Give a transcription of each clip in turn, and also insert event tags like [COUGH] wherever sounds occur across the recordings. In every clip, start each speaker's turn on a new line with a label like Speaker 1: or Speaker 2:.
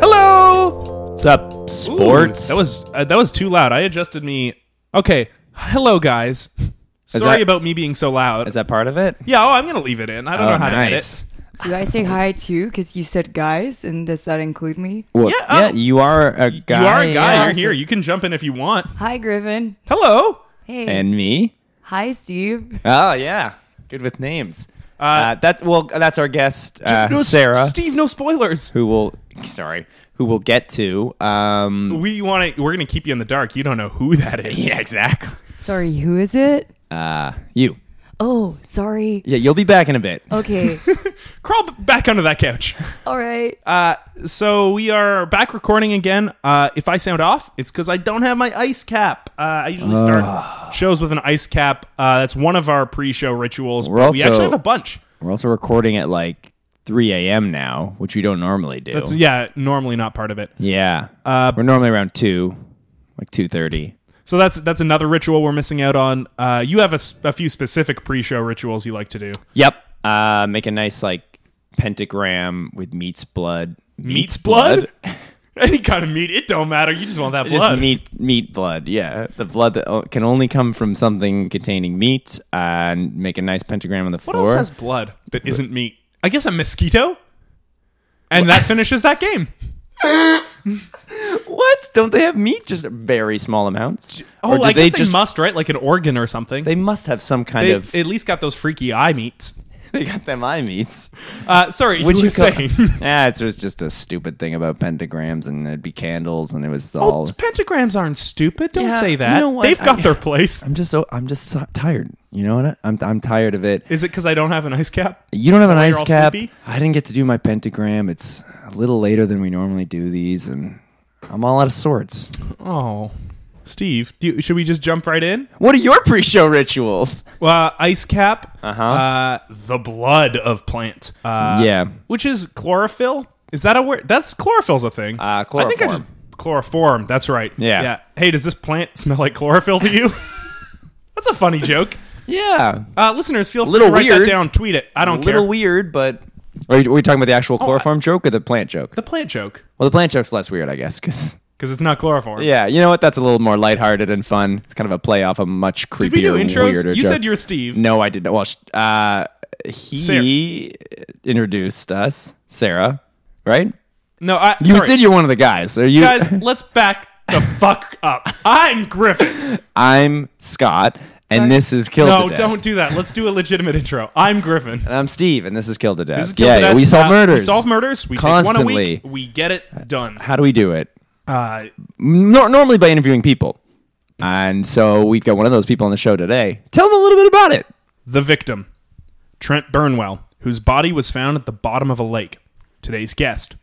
Speaker 1: Hello!
Speaker 2: What's up,
Speaker 1: Ooh,
Speaker 2: sports?
Speaker 1: that was uh, that was too loud. I adjusted me. Okay, hello
Speaker 2: [LAUGHS]
Speaker 1: guys. Sorry
Speaker 2: that-
Speaker 1: about me being so loud.
Speaker 2: is that part of it? Oh,
Speaker 1: yeah, oh, I'm gonna leave it in. I don't know how
Speaker 2: nice.
Speaker 3: Do I say hi too? Because you said guys, and does that include me?
Speaker 2: Well,
Speaker 1: Yeah,
Speaker 2: yeah,
Speaker 1: oh.
Speaker 2: you are a
Speaker 1: to edit.
Speaker 2: guy.
Speaker 1: You are a guy.
Speaker 2: yeah.
Speaker 1: You're here. You can jump in if you want.
Speaker 3: Hi, Griffin.
Speaker 1: Hello.
Speaker 3: Hey.
Speaker 2: And me?
Speaker 3: hi, Steve.
Speaker 2: Oh yeah, good with names. Uh,
Speaker 1: Uh,
Speaker 2: that well, that's our guest uh,
Speaker 1: No, S-
Speaker 2: Sarah,
Speaker 1: Steve. No spoilers.
Speaker 2: who will sorry, who will get to. Um,
Speaker 1: We want to. We're gonna keep you in the dark. You don't know who that is.
Speaker 2: [LAUGHS] yeah, exactly.
Speaker 3: Sorry, who is it?
Speaker 2: Uh, you.
Speaker 3: Oh, sorry.
Speaker 2: Yeah, you'll be back in a bit. [LAUGHS]
Speaker 3: Okay.
Speaker 1: Crawl b- back under that couch.
Speaker 3: All right.
Speaker 1: Uh, so we are back recording again. Uh, if I sound off, it's because I don't have my ice cap. Uh, I usually
Speaker 2: Ah.
Speaker 1: start shows with an ice cap. Uh, that's one of our pre-show rituals.
Speaker 2: We're
Speaker 1: but we
Speaker 2: also-
Speaker 1: actually have a bunch.
Speaker 2: We're also recording at like 3 a.m. now, which we don't normally do.
Speaker 1: That's yeah, normally not part of it.
Speaker 2: yeah, uh, we're normally around two, like two thirty.
Speaker 1: So that's that's another ritual we're missing out on. Uh, you have a, s- a few specific pre-show rituals you like to do. [LAUGHS]
Speaker 2: Yep. Uh, make a nice like pentagram with meat's blood.
Speaker 1: Meat's blood? Any kind of meat, it don't matter. You just want that blood.
Speaker 2: [LAUGHS] Just meat, meat blood. Yeah, the blood that o- can only come from something containing meat. Uh, and make a nice pentagram on the
Speaker 1: what
Speaker 2: floor.
Speaker 1: else has blood that isn't meat? I guess a mosquito. And that finishes that game.
Speaker 2: what? Don't they have meat? Just very small amounts.
Speaker 1: Oh,
Speaker 2: do
Speaker 1: I guess they,
Speaker 2: just
Speaker 1: must, right? Like an organ or something.
Speaker 2: they must have some kind
Speaker 1: They
Speaker 2: of. [LAUGHS]
Speaker 1: at least got those freaky eye meats.
Speaker 2: they got them eye [LAUGHS] meats.
Speaker 1: Uh, sorry, you were
Speaker 2: Would call-
Speaker 1: saying.
Speaker 2: [LAUGHS]
Speaker 1: [LAUGHS]
Speaker 2: yeah, it was just a stupid thing about pentagrams, and there'd be candles, and it was all.
Speaker 1: oh, pentagrams aren't stupid. Don't
Speaker 2: Yeah,
Speaker 1: say
Speaker 2: you
Speaker 1: that.
Speaker 2: know what?
Speaker 1: They've got
Speaker 2: I-
Speaker 1: their place.
Speaker 2: I'm just so I'm just so tired. You know what? I- I'm I'm tired of it.
Speaker 1: Is it because I don't have an ice cap?
Speaker 2: You don't have an
Speaker 1: why you're
Speaker 2: ice
Speaker 1: all
Speaker 2: cap.
Speaker 1: sleepy?
Speaker 2: I didn't get to do my pentagram. It's a little later than we normally do these, and I'm all out of sorts.
Speaker 1: Oh, Steve, do you, should we just jump right in?
Speaker 2: What are your pre-show rituals?
Speaker 1: Uh, ice cap.
Speaker 2: Uh-huh.
Speaker 1: Uh, the blood of plants. Uh,
Speaker 2: yeah,
Speaker 1: Which is chlorophyll. Is that a word? That's chlorophyll's a thing. I
Speaker 2: Uh,
Speaker 1: think I
Speaker 2: chloroform.
Speaker 1: just chloroform. That's right.
Speaker 2: Yeah.
Speaker 1: Yeah. Hey, does this plant smell like chlorophyll to you? [LAUGHS] that's a funny joke.
Speaker 2: yeah,
Speaker 1: Uh, listeners, feel free
Speaker 2: Little
Speaker 1: to write that
Speaker 2: weird.
Speaker 1: down. Tweet it. I
Speaker 2: a
Speaker 1: don't
Speaker 2: little
Speaker 1: care. Oh,
Speaker 2: weird, but are you, are we talking about the actual chloroform joke or the plant joke?
Speaker 1: the plant joke
Speaker 2: Well, the plant joke's less weird, I guess, because
Speaker 1: because it's not chloroform.
Speaker 2: [LAUGHS] yeah, you know what? That's a little more lighthearted and fun. It's kind of a play off a much creepier,
Speaker 1: Did we do intros?
Speaker 2: weirder.
Speaker 1: you
Speaker 2: joke.
Speaker 1: said you're Steve.
Speaker 2: no, I didn't. Well, sh- uh, he introduced us, Sarah, right?
Speaker 1: No, I.
Speaker 2: You
Speaker 1: sorry.
Speaker 2: said you're one of the guys. Are you
Speaker 1: [LAUGHS] guys. let's back the fuck up. I'm
Speaker 2: [LAUGHS]
Speaker 1: Griffin.
Speaker 2: I'm Scott, and
Speaker 3: Sorry.
Speaker 2: this is Kill
Speaker 1: No,
Speaker 2: to Death.
Speaker 1: don't do that. Let's do a legitimate intro. I'm Griffin.
Speaker 2: And I'm Steve, and this is Kill to Death.
Speaker 1: This is Kill
Speaker 2: Uh, yeah,
Speaker 1: the Death.
Speaker 2: we solve
Speaker 1: Uh,
Speaker 2: murders.
Speaker 1: We solve murders. We
Speaker 2: Constantly. Uh,
Speaker 1: take one a week. We get it done.
Speaker 2: How do we do it?
Speaker 1: Uh,
Speaker 2: Nor- normally by interviewing people. And so we've got one of those people on the show today. Tell them a little bit about it.
Speaker 1: the victim, Trent Burnwell, whose body was found at the bottom of a lake. Today's guest,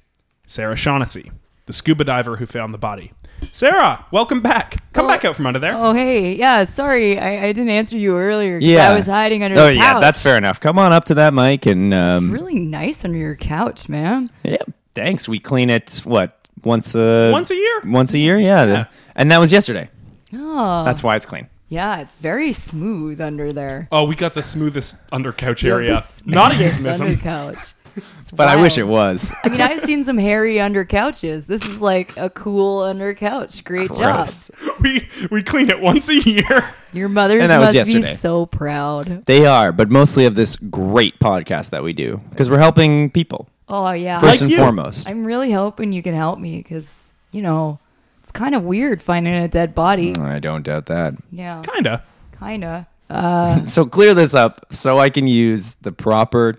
Speaker 1: Sarah Shaughnessy, the scuba diver who found the body. Sarah, welcome back. Come
Speaker 3: Oh.
Speaker 1: back out from under there.
Speaker 3: Oh, hey. Yeah, sorry. I, I didn't answer you earlier 'cause I was hiding under
Speaker 2: Oh,
Speaker 3: the couch.
Speaker 2: yeah, that's fair enough. Come on up to that mic, and
Speaker 3: It's
Speaker 2: um,
Speaker 3: really nice under your couch, man.
Speaker 2: yeah, thanks. We clean it what once a
Speaker 1: Once a year?
Speaker 2: Once a year, yeah.
Speaker 1: Yeah.
Speaker 2: And that was yesterday.
Speaker 3: Oh.
Speaker 2: That's why it's clean.
Speaker 3: yeah, it's very smooth under there.
Speaker 1: Oh, we got the smoothest under couch
Speaker 3: Yeah,
Speaker 1: area.
Speaker 3: the
Speaker 1: Not a
Speaker 3: smoothest under
Speaker 1: euphemism.
Speaker 2: [LAUGHS]
Speaker 3: couch. It's
Speaker 2: But I wish
Speaker 3: wild.
Speaker 2: it was.
Speaker 3: I mean, I've seen some hairy under couches. This is like a cool under couch. Great
Speaker 2: Gross.
Speaker 3: job.
Speaker 1: [LAUGHS] We we clean it once a
Speaker 3: [LAUGHS]
Speaker 1: year.
Speaker 3: Your mothers
Speaker 2: And that was
Speaker 3: must be
Speaker 2: yesterday.
Speaker 3: so proud.
Speaker 2: They are, but mostly of this great podcast that we do because we're helping people
Speaker 3: Oh yeah,
Speaker 2: first
Speaker 1: Like
Speaker 2: and
Speaker 1: you.
Speaker 2: foremost.
Speaker 3: I'm really hoping you can help me because you know it's kind of weird finding a dead body.
Speaker 1: Mm.
Speaker 2: I don't doubt that.
Speaker 3: Yeah,
Speaker 1: Kinda.
Speaker 3: kinda.
Speaker 2: So clear this up so I can use the proper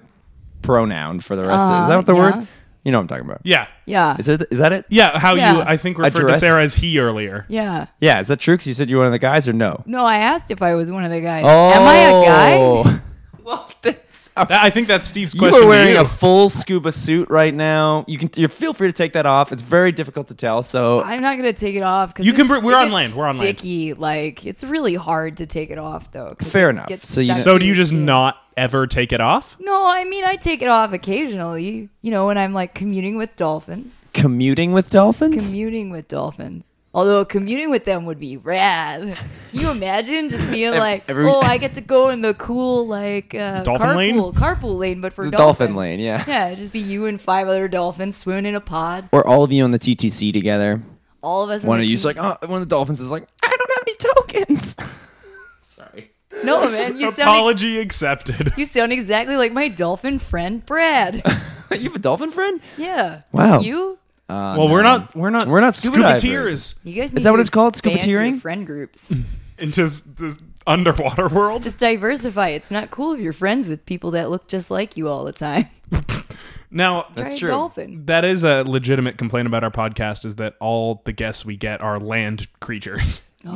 Speaker 2: pronoun for the rest of Is that what the
Speaker 3: Uh, yeah.
Speaker 2: word? You know what I'm talking about.
Speaker 1: Yeah.
Speaker 3: Yeah,
Speaker 2: Is, it, is that it?
Speaker 1: Yeah, how you
Speaker 3: Yeah.
Speaker 1: I think referred
Speaker 2: Address.
Speaker 1: to Sarah as he
Speaker 3: [LAUGHS]
Speaker 1: earlier.
Speaker 3: yeah.
Speaker 2: Yeah, is that true? Because you said you were one of the guys or no?
Speaker 1: Oh.
Speaker 3: No, I asked if I was one of the guys. Am I a guy?
Speaker 2: well, that's That's a
Speaker 1: That- I think that's Steve's
Speaker 2: you
Speaker 1: question.
Speaker 2: are wearing
Speaker 1: to
Speaker 2: a full scuba suit right now. You can you feel free to take that off. It's very difficult to tell. So
Speaker 3: I'm not gonna take it off because
Speaker 1: You can br- we're on land, we're on land.
Speaker 3: sticky. Like it's really hard to take it off though. 'cause
Speaker 2: Fair
Speaker 3: it
Speaker 2: enough.
Speaker 3: gets
Speaker 2: So you
Speaker 3: stuck [LAUGHS]
Speaker 2: know-
Speaker 1: So
Speaker 3: in
Speaker 1: do
Speaker 3: your
Speaker 1: you just
Speaker 3: skin.
Speaker 1: not ever take it off?
Speaker 3: No, I mean I take it off occasionally. You know, when I'm like commuting with dolphins.
Speaker 2: commuting with dolphins.
Speaker 3: Commuting with dolphins. Although commuting with them would be rad. Can you imagine just being
Speaker 2: Ev-
Speaker 3: like,
Speaker 2: every-
Speaker 3: oh, I get to go in the cool like uh,
Speaker 1: Dolphin
Speaker 3: carpool,
Speaker 1: lane?
Speaker 3: carpool lane, but for
Speaker 2: the
Speaker 3: dolphins.
Speaker 2: dolphin lane, yeah.
Speaker 3: Yeah, it'd just be you and five other dolphins swimming in a pod.
Speaker 2: Or all of you on the TTC together.
Speaker 3: All of us. in
Speaker 2: One
Speaker 3: the
Speaker 2: of you's
Speaker 3: team.
Speaker 2: like, oh, one of the dolphins is like, I don't have any tokens. [LAUGHS]
Speaker 1: [LAUGHS]
Speaker 2: Sorry.
Speaker 3: no
Speaker 2: [LAUGHS]
Speaker 3: man, you sound
Speaker 1: Apology accepted.
Speaker 3: [LAUGHS]
Speaker 1: [LAUGHS]
Speaker 3: You sound exactly like my dolphin
Speaker 2: [LAUGHS]
Speaker 3: friend Brad.
Speaker 2: you have a dolphin friend?
Speaker 3: Yeah.
Speaker 2: Wow.
Speaker 3: You?
Speaker 2: Uh,
Speaker 1: well, we're
Speaker 2: no.
Speaker 1: not. We're not.
Speaker 2: We're not
Speaker 1: scuba
Speaker 2: scuba divers.
Speaker 1: tears
Speaker 3: You guys. Need
Speaker 2: Is that
Speaker 3: to
Speaker 2: what it's called?
Speaker 3: expand
Speaker 2: Scuba tearing?
Speaker 3: your Friend groups.
Speaker 1: into s- this underwater world.
Speaker 3: Just diversify. It's not cool if you're friends with people that look just like you all the time. [LAUGHS]
Speaker 1: now,
Speaker 2: That's
Speaker 3: Try a
Speaker 2: true.
Speaker 3: dolphin.
Speaker 1: that is a legitimate complaint about our podcast is that all the guests we get are land creatures,
Speaker 2: Ew,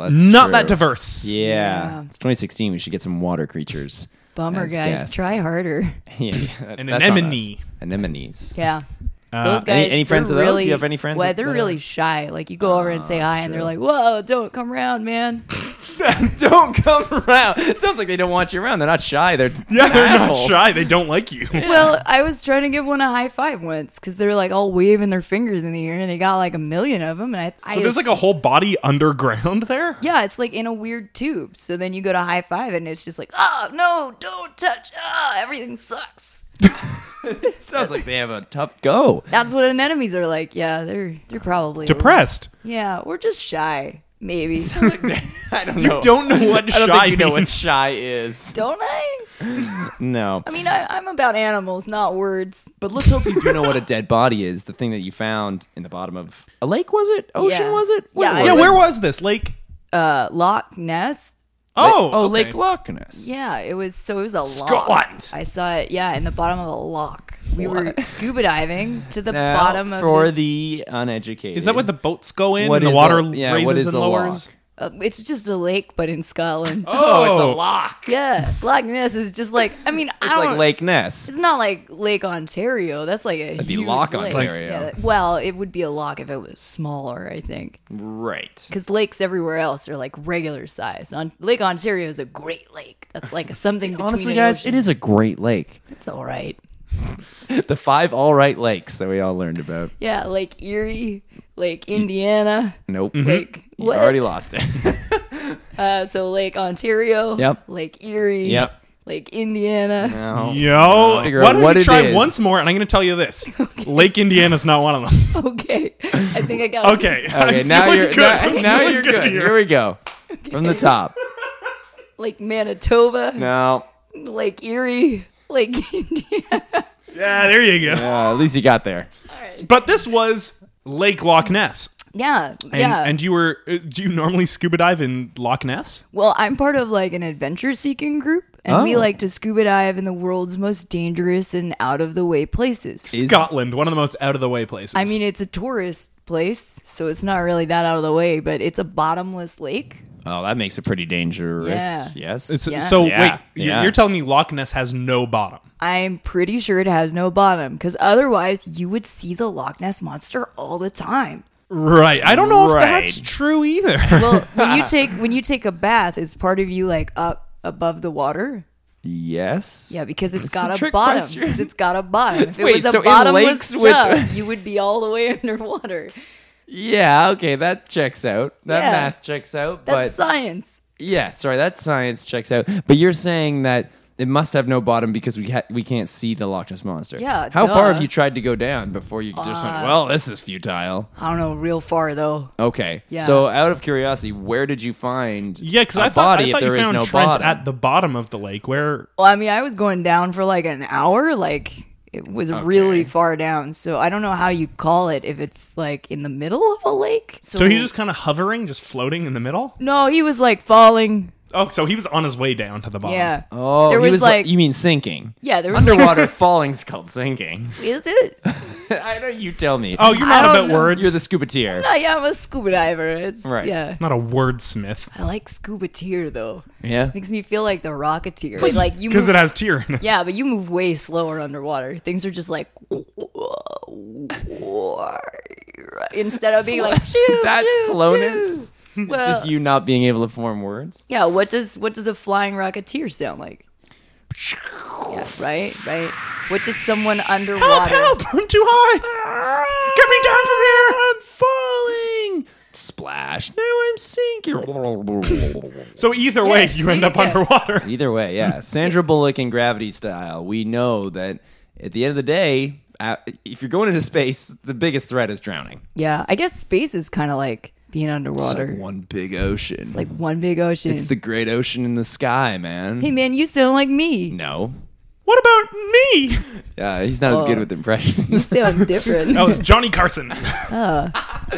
Speaker 2: that's
Speaker 1: not
Speaker 2: true.
Speaker 1: that diverse. [LAUGHS]
Speaker 2: Yeah.
Speaker 3: Yeah.
Speaker 2: It's 2016. We should get some water creatures.
Speaker 3: Bummer,
Speaker 2: As
Speaker 3: guys.
Speaker 2: guests.
Speaker 3: Try harder.
Speaker 2: [LAUGHS] yeah, that-
Speaker 1: An
Speaker 2: that's on us.
Speaker 1: anemone.
Speaker 2: Anemones.
Speaker 3: Yeah.
Speaker 1: Uh,
Speaker 3: those guys.
Speaker 2: any- any friends
Speaker 3: they're
Speaker 2: of those? You
Speaker 3: Really,
Speaker 2: have any friends
Speaker 3: Well,
Speaker 2: that-
Speaker 3: they're
Speaker 2: that are- Oh,
Speaker 3: really shy. Like you go over and say
Speaker 2: that's
Speaker 3: hi, and they're
Speaker 2: true.
Speaker 3: like, "Whoa, don't come
Speaker 2: [LAUGHS]
Speaker 3: around, man."
Speaker 2: [LAUGHS] don't come around. It sounds like they don't want you around. They're not shy. They're
Speaker 1: [LAUGHS] Yeah, they're
Speaker 2: assholes.
Speaker 1: not shy. They don't like you.
Speaker 3: Well, I was trying to give one a high five once because they're like all waving their fingers in the air, and they got like a million of them. And I,
Speaker 1: [LAUGHS]
Speaker 3: I
Speaker 1: So there's like a whole body underground there.
Speaker 3: [LAUGHS] Yeah, it's like in a weird tube. So then you go to high five, and it's just like, ah, no, don't touch. Ah, everything sucks.
Speaker 2: It sounds like they have a tough
Speaker 1: [LAUGHS]
Speaker 2: go.
Speaker 3: That's what anemones are like. Yeah, they're they're probably
Speaker 1: Depressed.
Speaker 3: Yeah, we're just shy,
Speaker 2: [LAUGHS]
Speaker 3: maybe.
Speaker 2: I don't know.
Speaker 1: Don't know what
Speaker 2: [LAUGHS] I
Speaker 1: shy
Speaker 2: don't think you know what
Speaker 1: means.
Speaker 2: shy
Speaker 1: [LAUGHS]
Speaker 2: is.
Speaker 3: [LAUGHS] Don't I?
Speaker 2: No.
Speaker 3: I mean, I, I'm about animals, not words.
Speaker 2: But let's hope you do know what a dead body is. The thing that you found in the bottom of a lake, was it? Ocean,
Speaker 3: Yeah.
Speaker 2: was it?
Speaker 3: Yeah,
Speaker 2: was
Speaker 3: I
Speaker 1: Yeah,
Speaker 2: it?
Speaker 1: where was this lake?
Speaker 3: Uh, Loch Ness.
Speaker 1: Oh,
Speaker 2: oh,
Speaker 1: okay.
Speaker 2: Lake Loch Ness.
Speaker 3: Yeah, it was. So it was a
Speaker 2: Scotland.
Speaker 3: lock. I saw it. Yeah, in the bottom of a lock. We were
Speaker 2: What?
Speaker 3: scuba diving to the
Speaker 2: Now,
Speaker 3: bottom of
Speaker 2: for
Speaker 3: this-
Speaker 2: the uneducated.
Speaker 1: Is that where the boats go in
Speaker 2: What
Speaker 1: and the
Speaker 2: is
Speaker 1: water
Speaker 2: a- yeah,
Speaker 1: raises
Speaker 2: what is
Speaker 1: and
Speaker 2: a
Speaker 1: lowers?
Speaker 2: lock?
Speaker 3: uh, it's just a lake, but in Scotland.
Speaker 2: Oh, it's a lock.
Speaker 3: [LAUGHS] Yeah, Loch Ness is just like. I mean, I
Speaker 2: It's
Speaker 3: don't.
Speaker 2: like Lake Ness.
Speaker 3: It's not like Lake Ontario. That's like a It'd
Speaker 2: be
Speaker 3: huge
Speaker 2: Loch,
Speaker 3: lake.
Speaker 2: Ontario.
Speaker 3: Yeah, that- well, it would be a lock if it was smaller, I think,
Speaker 2: Mm. Right.
Speaker 3: because lakes everywhere else are like regular size. On Lake Ontario is a great lake. That's like something. Between
Speaker 2: Honestly,
Speaker 3: an
Speaker 2: guys,
Speaker 3: ocean.
Speaker 2: it is a great lake.
Speaker 3: It's all right.
Speaker 2: [LAUGHS] The five all right lakes that we all learned about.
Speaker 3: Yeah, Lake Erie, Lake Indiana,
Speaker 2: Nope.
Speaker 3: Lake
Speaker 2: You
Speaker 3: what?
Speaker 2: already lost it.
Speaker 3: Uh, so Lake Ontario.
Speaker 2: Yep.
Speaker 3: Lake Erie.
Speaker 2: Yep.
Speaker 3: Lake Indiana.
Speaker 2: [LAUGHS] No.
Speaker 1: Yo,
Speaker 2: figure
Speaker 1: why
Speaker 2: out
Speaker 1: don't
Speaker 2: what
Speaker 1: you
Speaker 2: it
Speaker 1: try
Speaker 2: is.
Speaker 1: once more? And I'm going to tell you [LAUGHS] this: Lake Indiana's not one of them. [LAUGHS]
Speaker 3: [LAUGHS] Okay, I think I got. it.
Speaker 1: Okay.
Speaker 2: [LAUGHS]
Speaker 1: [LAUGHS]
Speaker 2: Okay,
Speaker 1: I'm
Speaker 2: now
Speaker 1: feeling
Speaker 2: you're
Speaker 1: good.
Speaker 2: now,
Speaker 1: [LAUGHS] I'm
Speaker 2: now
Speaker 1: feeling
Speaker 2: you're good.
Speaker 1: here.
Speaker 2: Here we go. From the top.
Speaker 3: Lake Manitoba.
Speaker 2: No.
Speaker 3: Lake Erie. [LAUGHS] Lake Indiana.
Speaker 1: Yeah, there you go.
Speaker 2: Uh, at least you got there.
Speaker 3: All right.
Speaker 1: But this was Lake Loch Ness.
Speaker 3: [LAUGHS] Yeah,
Speaker 1: And,
Speaker 3: yeah.
Speaker 1: and you were uh, do you normally scuba dive in Loch Ness?
Speaker 3: well, I'm part of like an adventure seeking group, and we
Speaker 2: Oh.
Speaker 3: like to scuba dive in the world's most dangerous and out of the way places.
Speaker 2: Is-
Speaker 1: Scotland, one of the most out of the way places.
Speaker 3: I mean, it's a tourist place, so it's not really that out of the way, but it's a bottomless lake.
Speaker 2: Oh, that makes it pretty dangerous.
Speaker 3: Yeah.
Speaker 2: Yes.
Speaker 1: It's-
Speaker 3: yeah.
Speaker 1: so
Speaker 2: Yeah,
Speaker 1: wait, you're-
Speaker 2: yeah.
Speaker 1: you're telling me Loch Ness has no bottom?
Speaker 3: I'm pretty sure it has no bottom, because otherwise you would see the Loch Ness monster all the time.
Speaker 1: Right. I don't know if
Speaker 2: Right.
Speaker 1: that's true [LAUGHS] either.
Speaker 3: Well,
Speaker 2: [LAUGHS]
Speaker 3: when you take when you take a bath, is part of you like up above the water?
Speaker 2: yes.
Speaker 3: Yeah, because it's
Speaker 2: a
Speaker 3: got a,
Speaker 2: trick
Speaker 3: bottom.
Speaker 2: question.
Speaker 3: Because it's got a bottom. If
Speaker 2: Wait,
Speaker 3: it was a
Speaker 2: so in
Speaker 3: bottomless
Speaker 2: lakes with- [LAUGHS]
Speaker 3: tub, you would be all the way [LAUGHS] underwater.
Speaker 2: Yeah, okay, that checks out. That
Speaker 3: Yeah.
Speaker 2: math checks out. but
Speaker 3: That's science.
Speaker 2: yeah, sorry, that science checks out. But you're saying that it must have no bottom because we ha- we can't see the Loch Ness monster.
Speaker 3: Yeah,
Speaker 2: How far
Speaker 3: duh. Uh,
Speaker 2: have you tried to go down before you just went? Well, this is futile.
Speaker 3: I don't know, real far though.
Speaker 2: Okay.
Speaker 3: Yeah.
Speaker 2: So, out of curiosity, where did you find?
Speaker 1: yeah, because
Speaker 2: a
Speaker 1: I thought,
Speaker 2: body
Speaker 1: I thought
Speaker 2: if
Speaker 1: you
Speaker 2: there is
Speaker 1: found
Speaker 2: no
Speaker 1: Trent
Speaker 2: bottom.
Speaker 1: at the bottom of the lake. Where?
Speaker 3: Well, I mean, I was going down for like an hour. Like it was really far down. So I don't know how you call it if it's like in the middle of a lake. So,
Speaker 1: So he's just kind of hovering, just floating in the middle.
Speaker 3: no, he was like falling.
Speaker 1: Oh, so he was on his way down to the bottom.
Speaker 3: Yeah.
Speaker 2: Oh,
Speaker 3: there
Speaker 2: he
Speaker 3: was,
Speaker 2: was
Speaker 3: like,
Speaker 2: you mean sinking? [LAUGHS]
Speaker 3: yeah, there was
Speaker 2: Underwater falling's called sinking. [LAUGHS]
Speaker 3: Like, [LAUGHS] is it?
Speaker 2: I know you tell me.
Speaker 1: Oh, you're
Speaker 3: I
Speaker 1: not
Speaker 3: don't
Speaker 1: about
Speaker 3: know.
Speaker 1: words.
Speaker 2: you're the
Speaker 3: [LAUGHS]
Speaker 2: scubateer.
Speaker 3: No, yeah, I'm a scuba diver. It's,
Speaker 2: Right.
Speaker 3: Yeah.
Speaker 1: not a wordsmith
Speaker 3: I like scuba tier though.
Speaker 2: Yeah.
Speaker 3: Makes me feel like the rocketeer.
Speaker 2: [LAUGHS]
Speaker 3: Like you
Speaker 1: because
Speaker 3: move,
Speaker 1: it has tear in it.
Speaker 3: Yeah, but you move way slower underwater. Things are just like instead of being like shoo, [LAUGHS]
Speaker 2: That
Speaker 3: shoo,
Speaker 2: slowness.
Speaker 3: shoo.
Speaker 2: It's
Speaker 3: [LAUGHS] Well,
Speaker 2: just you not being able to form
Speaker 1: [LAUGHS]
Speaker 2: words.
Speaker 3: yeah. What does what does a flying rocketeer sound like? Yeah,
Speaker 2: Oh.
Speaker 3: right, right. What does someone underwater?
Speaker 1: I'm too high. Get me down from here.
Speaker 2: Falling. Splash. Now I'm sinking.
Speaker 1: So either way,
Speaker 3: Yeah,
Speaker 1: you end
Speaker 3: yeah,
Speaker 1: up
Speaker 3: yeah.
Speaker 1: underwater.
Speaker 2: [LAUGHS] Either way, yeah. Sandra Bullock in Gravity Style. We know that at the end of the day, uh, if you're going into space, the biggest threat is drowning.
Speaker 3: Yeah, I guess space is kind of like being underwater.
Speaker 2: One big ocean. It's,
Speaker 3: like one big ocean.
Speaker 2: the great ocean in the sky, man.
Speaker 3: hey man, you sound like me.
Speaker 2: No.
Speaker 1: What about me?
Speaker 2: Yeah, he's not as good
Speaker 3: Oh.
Speaker 2: with
Speaker 3: You
Speaker 2: impressions.
Speaker 3: sound different.
Speaker 1: That was Johnny Carson.
Speaker 2: A [LAUGHS]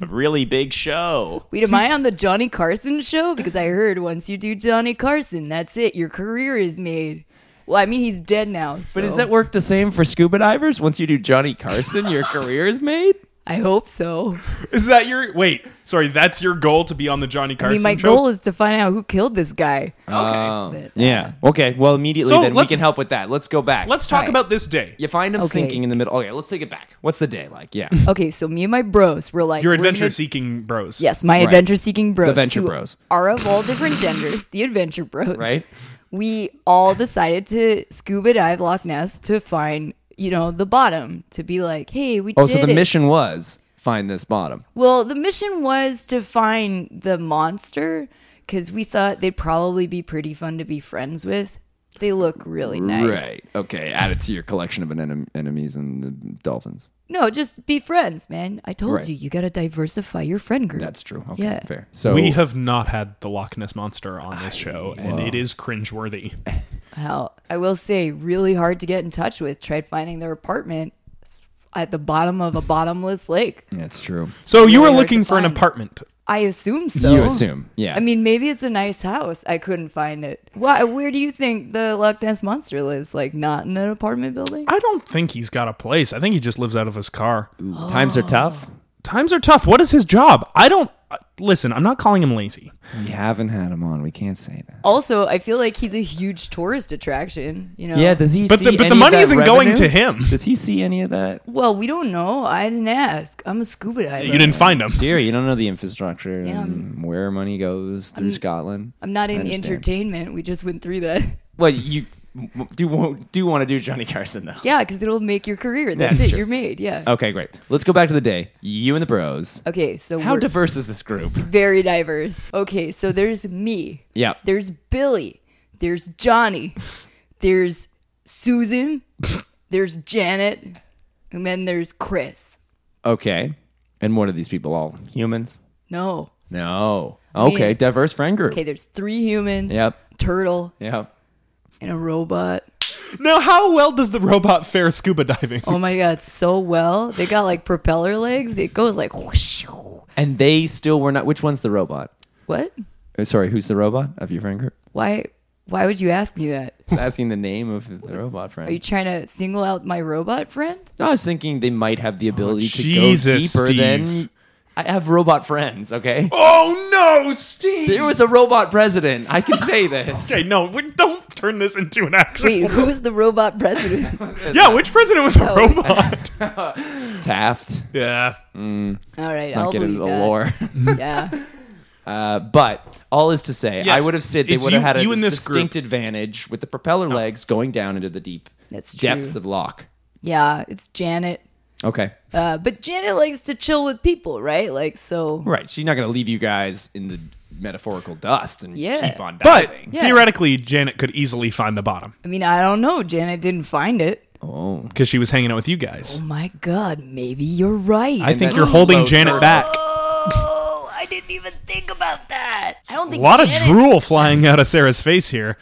Speaker 2: really big show.
Speaker 3: [LAUGHS] Wait, am I on the Johnny Carson show? Because I heard once you do Johnny Carson, that's it. Your career is made. Well, I mean, he's dead now. So
Speaker 2: But does that work the same for scuba divers? Once you do Johnny Carson, your career is made?
Speaker 3: I hope so.
Speaker 1: Is that your wait? Sorry, that's your goal to be on the Johnny
Speaker 3: I
Speaker 1: Carson
Speaker 3: mean, my
Speaker 1: show.
Speaker 3: goal is to find out who killed this guy.
Speaker 1: Uh,
Speaker 2: Oh,
Speaker 3: But-
Speaker 2: yeah. Okay. Well, immediately
Speaker 1: So
Speaker 2: then we
Speaker 1: let-
Speaker 2: can help with that. Let's go back.
Speaker 1: Let's talk
Speaker 3: Right.
Speaker 1: about this day.
Speaker 2: You find him
Speaker 3: Okay.
Speaker 2: sinking in the middle. Okay, let's take it back. What's the day like? [LAUGHS] Yeah.
Speaker 3: Okay, so me and my bros were like
Speaker 1: Your
Speaker 3: we're gonna-
Speaker 1: adventure-seeking bros.
Speaker 3: Yes, my adventure-seeking bros.
Speaker 2: venture
Speaker 3: who
Speaker 2: bros.
Speaker 3: are of all different genders. The adventure bros,
Speaker 2: Right?
Speaker 3: We all decided to scuba dive Loch Ness to find, you know, the bottom. To be like, hey, we
Speaker 2: Oh,
Speaker 3: did
Speaker 2: so the
Speaker 3: it.
Speaker 2: mission was find this bottom.
Speaker 3: Well, the mission was to find the monster because we thought they'd probably be pretty fun to be friends with. They look really nice.
Speaker 2: Right. Okay. Add it to your collection of enem- enemies and the dolphins.
Speaker 3: No, just be friends, man. I told
Speaker 2: Right.
Speaker 3: you, you got to diversify your friend group.
Speaker 2: That's true. Okay.
Speaker 3: Yeah.
Speaker 2: Fair. So
Speaker 1: We have not had the Loch Ness monster on this show, and it is cringeworthy.
Speaker 3: how I will say, really hard to get in touch with. Tried finding their apartment It's at the bottom of a bottomless lake.
Speaker 2: That's true.
Speaker 1: So you
Speaker 3: really
Speaker 1: were
Speaker 3: hard
Speaker 1: looking
Speaker 3: to
Speaker 1: for an
Speaker 3: find.
Speaker 1: apartment.
Speaker 3: I assume so.
Speaker 2: You assume. Yeah.
Speaker 3: I mean, maybe it's a nice house. I couldn't find it. Why? Where do you think the Loch Ness monster lives? Like, not in an apartment building?
Speaker 1: I don't think he's got a place. I think he just lives out of his car.
Speaker 2: times are tough.
Speaker 1: Times are tough. What is his job? I don't uh, listen. I'm not calling him lazy.
Speaker 2: We haven't had him on. We can't say that.
Speaker 3: Also, I feel like he's a huge tourist attraction. You know.
Speaker 2: Yeah. Does he?
Speaker 1: But
Speaker 2: see
Speaker 1: the- but the
Speaker 2: any of
Speaker 1: money
Speaker 2: that
Speaker 1: isn't going to
Speaker 2: revenue?
Speaker 1: him.
Speaker 2: Does he see any of that?
Speaker 3: well, we don't know. I didn't ask. I'm a scuba diver.
Speaker 1: You didn't find him.
Speaker 2: Dear, you don't know the infrastructure
Speaker 3: Yeah,
Speaker 2: and where money goes through Scotland.
Speaker 3: I'm not
Speaker 2: I
Speaker 3: in
Speaker 2: understand.
Speaker 3: entertainment. We just went through that.
Speaker 2: Well, you do do want to do Johnny Carson though.
Speaker 3: [LAUGHS] Yeah, because it'll make your career. That's,
Speaker 2: That's
Speaker 3: it.
Speaker 2: true. Oh.
Speaker 3: You're made. Yeah.
Speaker 2: Okay, great. Let's go back to the day. You and the bros.
Speaker 3: Okay, so
Speaker 2: How
Speaker 3: we're
Speaker 2: diverse is this group?
Speaker 3: very diverse. Okay, so there's me.
Speaker 2: Yeah.
Speaker 3: There's Billy. There's Johnny. There's Susan. there's Janet. And then there's Chris.
Speaker 2: Okay. And what are these people all? Humans?
Speaker 3: No.
Speaker 2: No. Okay,
Speaker 3: mean-
Speaker 2: diverse friend group.
Speaker 3: Okay, there's three humans.
Speaker 2: Yep.
Speaker 3: Turtle
Speaker 2: Yeah.
Speaker 3: and a robot.
Speaker 1: Now, how well does the robot fare scuba diving?
Speaker 3: Oh my god, so well. They got like propeller legs. It goes like whoosh.
Speaker 2: And they still were not. Which one's the robot?
Speaker 3: What?
Speaker 2: Oh, sorry, who's the robot of your friend
Speaker 3: [LAUGHS]
Speaker 2: group?
Speaker 3: Why why would you ask me that?
Speaker 2: Just asking the name of the robot friend.
Speaker 3: Are you trying to single out my robot friend?
Speaker 2: No, I was thinking they might have the ability to go
Speaker 1: Jesus,
Speaker 2: deeper than.
Speaker 1: Steve.
Speaker 2: I have robot friends, okay?
Speaker 1: Oh no, Steve!
Speaker 2: There was a robot president. I can say this.
Speaker 1: okay, no, we, don't turn this into an action.
Speaker 3: Wait, who's the robot president?
Speaker 1: Yeah, which president was a
Speaker 3: [LAUGHS]
Speaker 1: robot?
Speaker 2: [LAUGHS] Taft.
Speaker 1: yeah.
Speaker 3: All right,
Speaker 2: Not
Speaker 3: I'll
Speaker 2: get
Speaker 3: believe
Speaker 2: into the
Speaker 3: that.
Speaker 2: lore.
Speaker 3: [LAUGHS] Yeah.
Speaker 2: Uh, but all is to say,
Speaker 1: Yes,
Speaker 2: I would have said they
Speaker 1: it's
Speaker 2: would have
Speaker 1: you-
Speaker 2: had a
Speaker 1: you in this
Speaker 2: distinct advantage with the propeller legs going down into the deep
Speaker 3: That's true.
Speaker 2: depths of lock.
Speaker 3: Yeah, it's Janet.
Speaker 2: Okay.
Speaker 3: Uh, but Janet likes to chill with people, right? Like so
Speaker 2: Right. She's not going to leave you guys in the metaphorical dust and
Speaker 3: Yeah.
Speaker 2: keep on
Speaker 1: But
Speaker 2: diving.
Speaker 3: Yeah.
Speaker 1: theoretically, Janet could easily find the bottom
Speaker 3: I mean, I don't know. Janet didn't find it.
Speaker 2: oh.
Speaker 1: because she was hanging out with you guys.
Speaker 3: Oh my god, maybe you're right.
Speaker 1: I think
Speaker 2: that
Speaker 1: you're holding
Speaker 2: slow
Speaker 1: Janet
Speaker 2: turn.
Speaker 1: back.
Speaker 3: Oh, I didn't even think about that. I don't
Speaker 1: A
Speaker 3: think
Speaker 1: lot of
Speaker 3: Janet-
Speaker 1: drool flying out of Sarah's face here.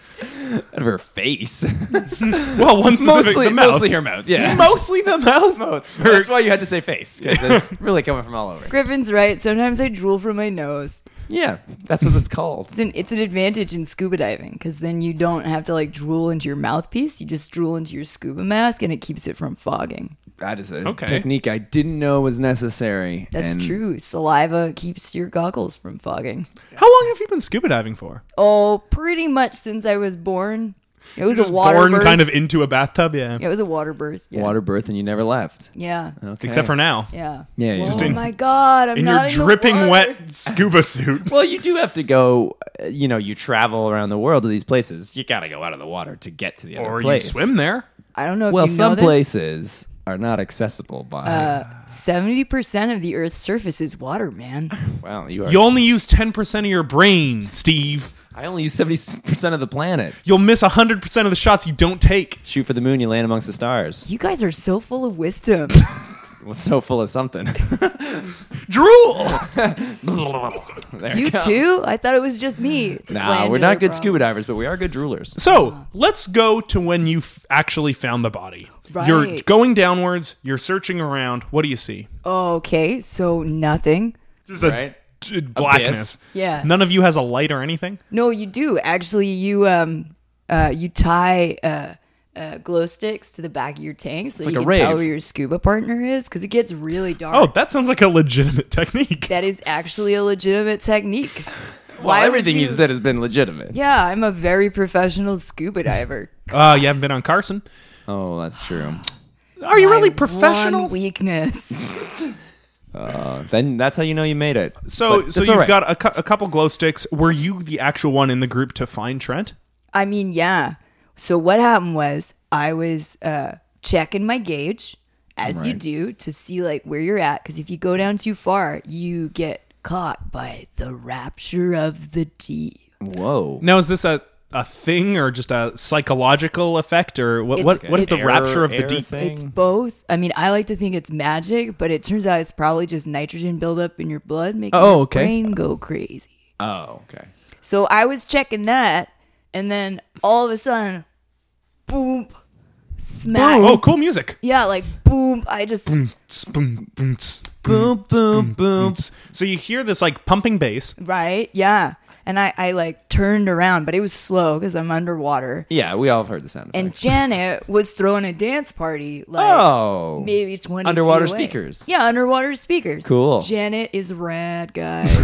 Speaker 2: out of her face. [LAUGHS]
Speaker 1: Well, one specific,
Speaker 2: mostly,
Speaker 1: the mouth.
Speaker 2: mostly her mouth. Yeah,
Speaker 1: Mostly the mouth. [LAUGHS]
Speaker 2: That's why you had to say face because it's really coming from all over.
Speaker 3: Griffin's right. Sometimes I drool from my nose.
Speaker 2: Yeah, that's what it's called.
Speaker 3: It's an, it's an advantage in scuba diving because then you don't have to like drool into your mouthpiece. You just drool into your scuba mask and it keeps it from fogging.
Speaker 2: That is a
Speaker 1: Okay.
Speaker 2: technique I didn't know was necessary.
Speaker 3: That's
Speaker 2: and
Speaker 3: true. Saliva keeps your goggles from fogging.
Speaker 1: How long have you been scuba diving for?
Speaker 3: Oh, pretty much since I was born. It was
Speaker 1: Just
Speaker 3: a water
Speaker 1: born
Speaker 3: birth.
Speaker 1: kind of into a bathtub, yeah.
Speaker 3: Yeah, it was a water birth. Yeah.
Speaker 2: Water birth, and you never left.
Speaker 3: Yeah.
Speaker 2: Okay.
Speaker 1: Except for now.
Speaker 3: Yeah.
Speaker 2: Yeah, you're
Speaker 3: Oh
Speaker 2: just
Speaker 1: in-
Speaker 3: my god! I'm
Speaker 1: In
Speaker 3: not
Speaker 1: your
Speaker 3: the
Speaker 1: dripping
Speaker 3: water.
Speaker 1: wet scuba suit.
Speaker 2: Well, you do have to go. uh, You know, you travel around the world to these places. You gotta go out of the water to get to the
Speaker 1: [LAUGHS]
Speaker 2: other
Speaker 1: or
Speaker 2: place.
Speaker 1: you swim there.
Speaker 3: I don't know if
Speaker 2: Well,
Speaker 3: you know
Speaker 2: some
Speaker 3: this. Uh,
Speaker 2: places are not accessible by.
Speaker 3: Seventy percent of the Earth's surface is water, man.
Speaker 2: wow, you are.
Speaker 1: You only use 10% of your brain, Steve.
Speaker 2: I only use seventy percent of the planet.
Speaker 1: You'll miss 100% of the shots you don't take.
Speaker 2: Shoot for the moon, you land amongst the stars.
Speaker 3: You guys are so full of wisdom.
Speaker 2: Well, so full of something.
Speaker 3: [LAUGHS]
Speaker 1: Drool! [LAUGHS]
Speaker 2: There
Speaker 3: you
Speaker 2: it goes.
Speaker 3: too? I thought it was just me. It's a
Speaker 2: Nah, we're
Speaker 3: glandular
Speaker 2: not good
Speaker 3: problem.
Speaker 2: scuba divers, but we are good droolers.
Speaker 1: so, let's go to when you f- actually found the body.
Speaker 3: Right.
Speaker 1: You're going downwards, you're searching around. What do you see?
Speaker 3: Okay, so nothing.
Speaker 1: Just a
Speaker 2: Right.
Speaker 1: d- blackness.
Speaker 2: Abyss.
Speaker 3: Yeah.
Speaker 1: None of you has a light or anything.
Speaker 3: No, you do actually. You um, uh, you tie uh, uh, glow sticks to the back of your tank so
Speaker 2: like
Speaker 3: you
Speaker 2: a
Speaker 3: can tell
Speaker 2: rave.
Speaker 3: where your scuba partner is because it gets really dark.
Speaker 1: Oh, that sounds like a legitimate [LAUGHS] technique.
Speaker 3: That is actually a legitimate technique.
Speaker 2: [LAUGHS] Well,
Speaker 3: would
Speaker 2: everything
Speaker 3: you-
Speaker 2: have said has been legitimate.
Speaker 3: Yeah, I'm a very professional scuba diver.
Speaker 1: Uh, you haven't been on Carson.
Speaker 2: Oh, that's true.
Speaker 1: Are you really
Speaker 3: My
Speaker 1: professional?
Speaker 3: One weakness.
Speaker 2: Uh, Then that's how you know you made it.
Speaker 1: So,
Speaker 2: But
Speaker 1: so you've
Speaker 2: that's all right.
Speaker 1: got a, cou- a couple glow sticks. Were you the actual one in the group to find Trent?
Speaker 3: I mean, yeah. So what happened was I was uh, checking my gauge, as you
Speaker 2: Right.
Speaker 3: do, to see like where you're at. Because if you go down too far, you get caught by the rapture of the deep.
Speaker 2: Whoa.
Speaker 1: Now, is this a, a thing or just a psychological effect, or what?
Speaker 3: It's-
Speaker 1: What, what is the
Speaker 3: it's-
Speaker 1: rapture of the
Speaker 2: Air
Speaker 1: deep?
Speaker 2: thing?
Speaker 3: It's both. I mean, I like to think it's magic, but it turns out it's probably just nitrogen buildup in your blood making
Speaker 2: Oh,
Speaker 3: your
Speaker 2: okay.
Speaker 3: brain go crazy.
Speaker 2: Oh, okay.
Speaker 3: So I was checking that, and then all of a sudden, boom, smack.
Speaker 1: Oh, cool music!
Speaker 3: Yeah, like boom. I just
Speaker 1: Tss, boom, boom, tss,
Speaker 2: Boom, boom, boom.
Speaker 1: tss. So you hear this like pumping bass.
Speaker 3: right, yeah. And I, I like turned around, but it was slow because I'm underwater.
Speaker 2: Yeah, we all have heard the sound.
Speaker 3: And
Speaker 2: effects. [LAUGHS]
Speaker 3: Janet was throwing a dance party, like [LAUGHS]
Speaker 2: oh,
Speaker 3: maybe 20 feet
Speaker 2: Underwater
Speaker 3: away.
Speaker 2: speakers.
Speaker 3: Yeah, underwater speakers.
Speaker 2: Cool.
Speaker 3: Janet
Speaker 2: [LAUGHS]
Speaker 3: is rad, guys.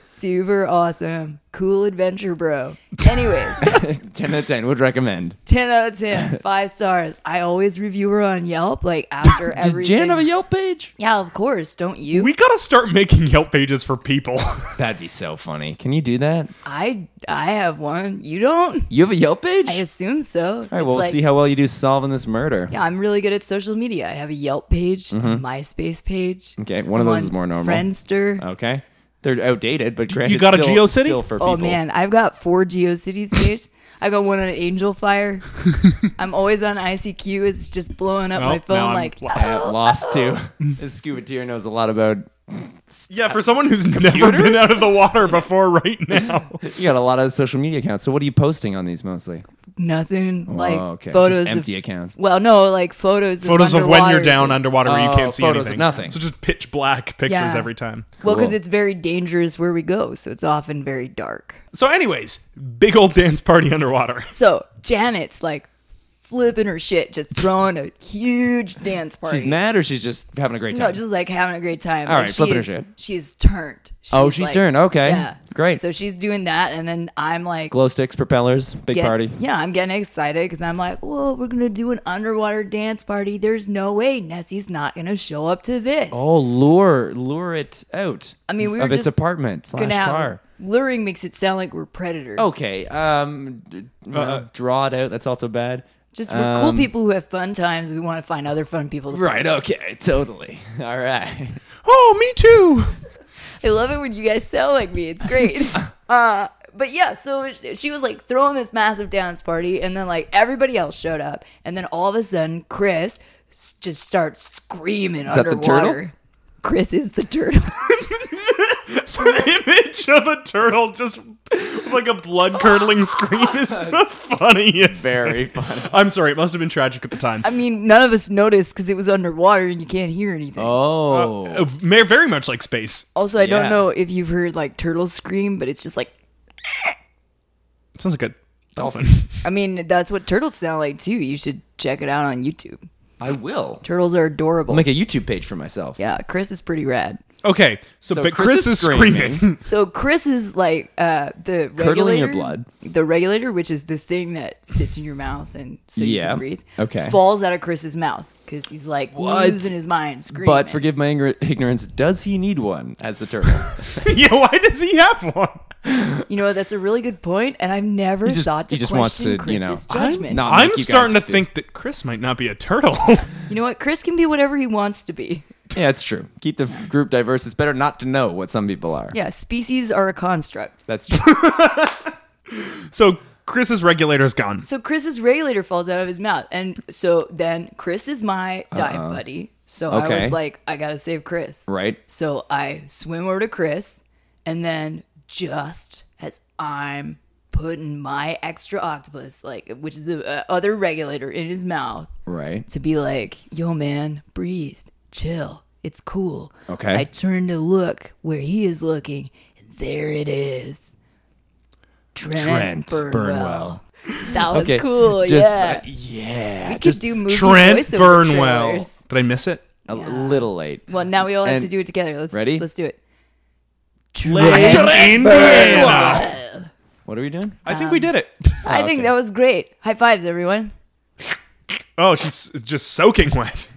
Speaker 3: Super awesome. Cool adventure, bro. Anyways.
Speaker 2: [LAUGHS] ten out of ten would recommend.
Speaker 3: 10 out of 10 five stars i always review her on yelp
Speaker 2: [LAUGHS]
Speaker 3: like after every
Speaker 2: Did Jan have a Yelp page?
Speaker 3: yeah of course don't you
Speaker 1: We gotta start making Yelp pages for people. [LAUGHS]
Speaker 2: That'd be so funny. Can you do that?
Speaker 3: i i have one you don't
Speaker 2: You have a Yelp page?
Speaker 3: i assume so
Speaker 2: all right, well, we'll see how well you do solving this murder.
Speaker 3: yeah i'm really good at social media i have a yelp page a myspace page
Speaker 2: Mm-hmm. Okay, one of
Speaker 3: I'm
Speaker 2: those is
Speaker 3: on
Speaker 2: more normal. Uh,
Speaker 3: friendster
Speaker 2: Okay, they're outdated, but granted,
Speaker 1: you got a
Speaker 2: still,
Speaker 1: GeoCity?
Speaker 2: still for
Speaker 3: oh
Speaker 2: people.
Speaker 3: man i've got four geocities page i got one on angel
Speaker 1: [LAUGHS]
Speaker 3: fire i'm always on icq it's just blowing up
Speaker 1: Well,
Speaker 3: my
Speaker 1: now
Speaker 3: phone
Speaker 1: I'm
Speaker 3: like uh,
Speaker 2: I got lost too.
Speaker 3: [LAUGHS]
Speaker 2: this scuba deer knows a lot about.
Speaker 1: yeah, for someone who's never been out of the water before, [LAUGHS] right now.
Speaker 2: You got a lot of social media accounts. So what are you posting on these mostly?
Speaker 3: nothing like
Speaker 2: Oh, okay. Just
Speaker 3: photos
Speaker 2: empty
Speaker 3: of,
Speaker 2: accounts.
Speaker 3: well no like photos
Speaker 1: Photos of when you're
Speaker 3: underwater.
Speaker 1: down underwater, where you
Speaker 2: Oh,
Speaker 1: can't see
Speaker 2: photos of
Speaker 1: anything.
Speaker 2: nothing.
Speaker 1: So just pitch black pictures
Speaker 3: Yeah.
Speaker 1: every time.
Speaker 3: Well,
Speaker 2: Cool.
Speaker 3: because it's very dangerous where we go, so it's often very dark.
Speaker 1: So, anyways, big old dance party [LAUGHS] underwater.
Speaker 3: So Janet's like flipping her shit, just throwing a huge dance party.
Speaker 2: She's mad, or she's just having a great time.
Speaker 3: No, just like having a great time.
Speaker 2: All
Speaker 3: like,
Speaker 2: right, flipping her
Speaker 3: she's-
Speaker 2: shit.
Speaker 3: She's turned.
Speaker 2: Oh, she's turned. Okay. Great.
Speaker 3: So she's doing that, and then I'm like,
Speaker 2: glow sticks, propellers, big
Speaker 3: get-
Speaker 2: party.
Speaker 3: Yeah, I'm getting excited because I'm like, whoa, we're gonna do an underwater dance party. There's no way Nessie's not gonna show up to this.
Speaker 2: Oh, lure lure it out.
Speaker 3: I mean, we
Speaker 2: of
Speaker 3: were
Speaker 2: its
Speaker 3: just
Speaker 2: apartment slash
Speaker 3: gonna have-
Speaker 2: car. Oh,
Speaker 3: luring makes it sound like we're predators.
Speaker 2: Okay. Um, d- uh, draw it out. That's also bad.
Speaker 3: Just we're cool
Speaker 2: um,
Speaker 3: people who have fun times. We want to find other fun people. To
Speaker 2: Right. Okay. Totally. [LAUGHS] All right.
Speaker 1: Oh, me [LAUGHS] too.
Speaker 3: I love it when you guys sound like me. It's great.
Speaker 2: [LAUGHS]
Speaker 3: uh, but yeah, so sh- she was like throwing this massive dance party, and then like everybody else showed up, and then all of a sudden Chris s- just starts screaming
Speaker 2: that the
Speaker 3: underwater. Chris is the turtle.
Speaker 1: Image image of a turtle just with like a blood curdling scream is the [LAUGHS] funniest.
Speaker 3: [LAUGHS]
Speaker 2: Very funny.
Speaker 1: I'm sorry, it must have been tragic at the time.
Speaker 3: [LAUGHS] I mean, none of us noticed because it was underwater and you can't hear anything.
Speaker 2: Oh.
Speaker 1: Uh, ve- very much like space.
Speaker 3: also, I
Speaker 2: yeah.
Speaker 3: don't know if you've heard like turtles scream, but it's just like,
Speaker 1: Sounds like a dolphin.
Speaker 3: I mean, that's what turtles sound like too. You should check it out on YouTube.
Speaker 2: I will.
Speaker 3: Turtles are adorable.
Speaker 2: I'll make a YouTube page for myself.
Speaker 3: yeah, Chris is pretty rad.
Speaker 1: Okay, so,
Speaker 2: So
Speaker 1: but Chris, is screaming. [LAUGHS]
Speaker 3: So Chris is like uh, the regulator,
Speaker 2: Curdling your blood.
Speaker 3: The regulator, which is the thing that sits in your mouth and so you
Speaker 2: Yeah.
Speaker 3: can breathe,
Speaker 2: Okay.
Speaker 3: falls out of Chris's mouth because he's like
Speaker 2: What?
Speaker 3: losing his mind, screaming.
Speaker 2: But forgive my ign- ignorance. Does he need one as a turtle?
Speaker 1: yeah, why does he have one?
Speaker 3: you know that's a really good point, and I've never
Speaker 2: just-
Speaker 3: thought to
Speaker 2: he just
Speaker 3: question
Speaker 2: wants to, you
Speaker 3: Chris's
Speaker 2: know, I'm
Speaker 3: judgment.
Speaker 2: not- I'll
Speaker 1: I'm
Speaker 2: make you guys
Speaker 1: starting to
Speaker 2: do-
Speaker 1: think that Chris might not be a turtle. [LAUGHS]
Speaker 3: You know what? Chris can be whatever he wants to be.
Speaker 2: yeah, it's true. Keep the group diverse. It's better not to know what some people are.
Speaker 3: Yeah, species are a construct.
Speaker 2: That's true. [LAUGHS]
Speaker 1: so Chris's regulator's gone.
Speaker 3: So Chris's regulator falls out of his mouth, and so then Chris is my dive buddy. So I
Speaker 2: Uh-uh. Okay.
Speaker 3: was like, I gotta save Chris.
Speaker 2: right?
Speaker 3: So I swim over to Chris, and then just as I'm putting my extra octopus, like which is the uh, other regulator, in his mouth
Speaker 2: Right.
Speaker 3: to be like, "Yo, man, breathe, chill, it's cool."
Speaker 2: Okay.
Speaker 3: I turn to look where he is looking, and there it is,
Speaker 2: Trent
Speaker 3: Trent, Burnwell.
Speaker 1: Burnwell.
Speaker 3: That was
Speaker 2: Okay,
Speaker 3: cool.
Speaker 2: just- uh,
Speaker 3: yeah,
Speaker 2: Yeah.
Speaker 3: we could do movie
Speaker 1: Trent
Speaker 3: voiceover
Speaker 1: Burnwell.
Speaker 3: trailers.
Speaker 1: Did I miss it?
Speaker 2: A little late.
Speaker 3: Well, now we all have
Speaker 2: And-
Speaker 3: to do it together. Let's
Speaker 2: Ready?
Speaker 3: Let's do it.
Speaker 1: Trent Burnwell.
Speaker 2: What are we doing?
Speaker 1: I think we did it.
Speaker 3: I think that was great. High fives, everyone.
Speaker 1: Oh, she's just soaking wet. [LAUGHS]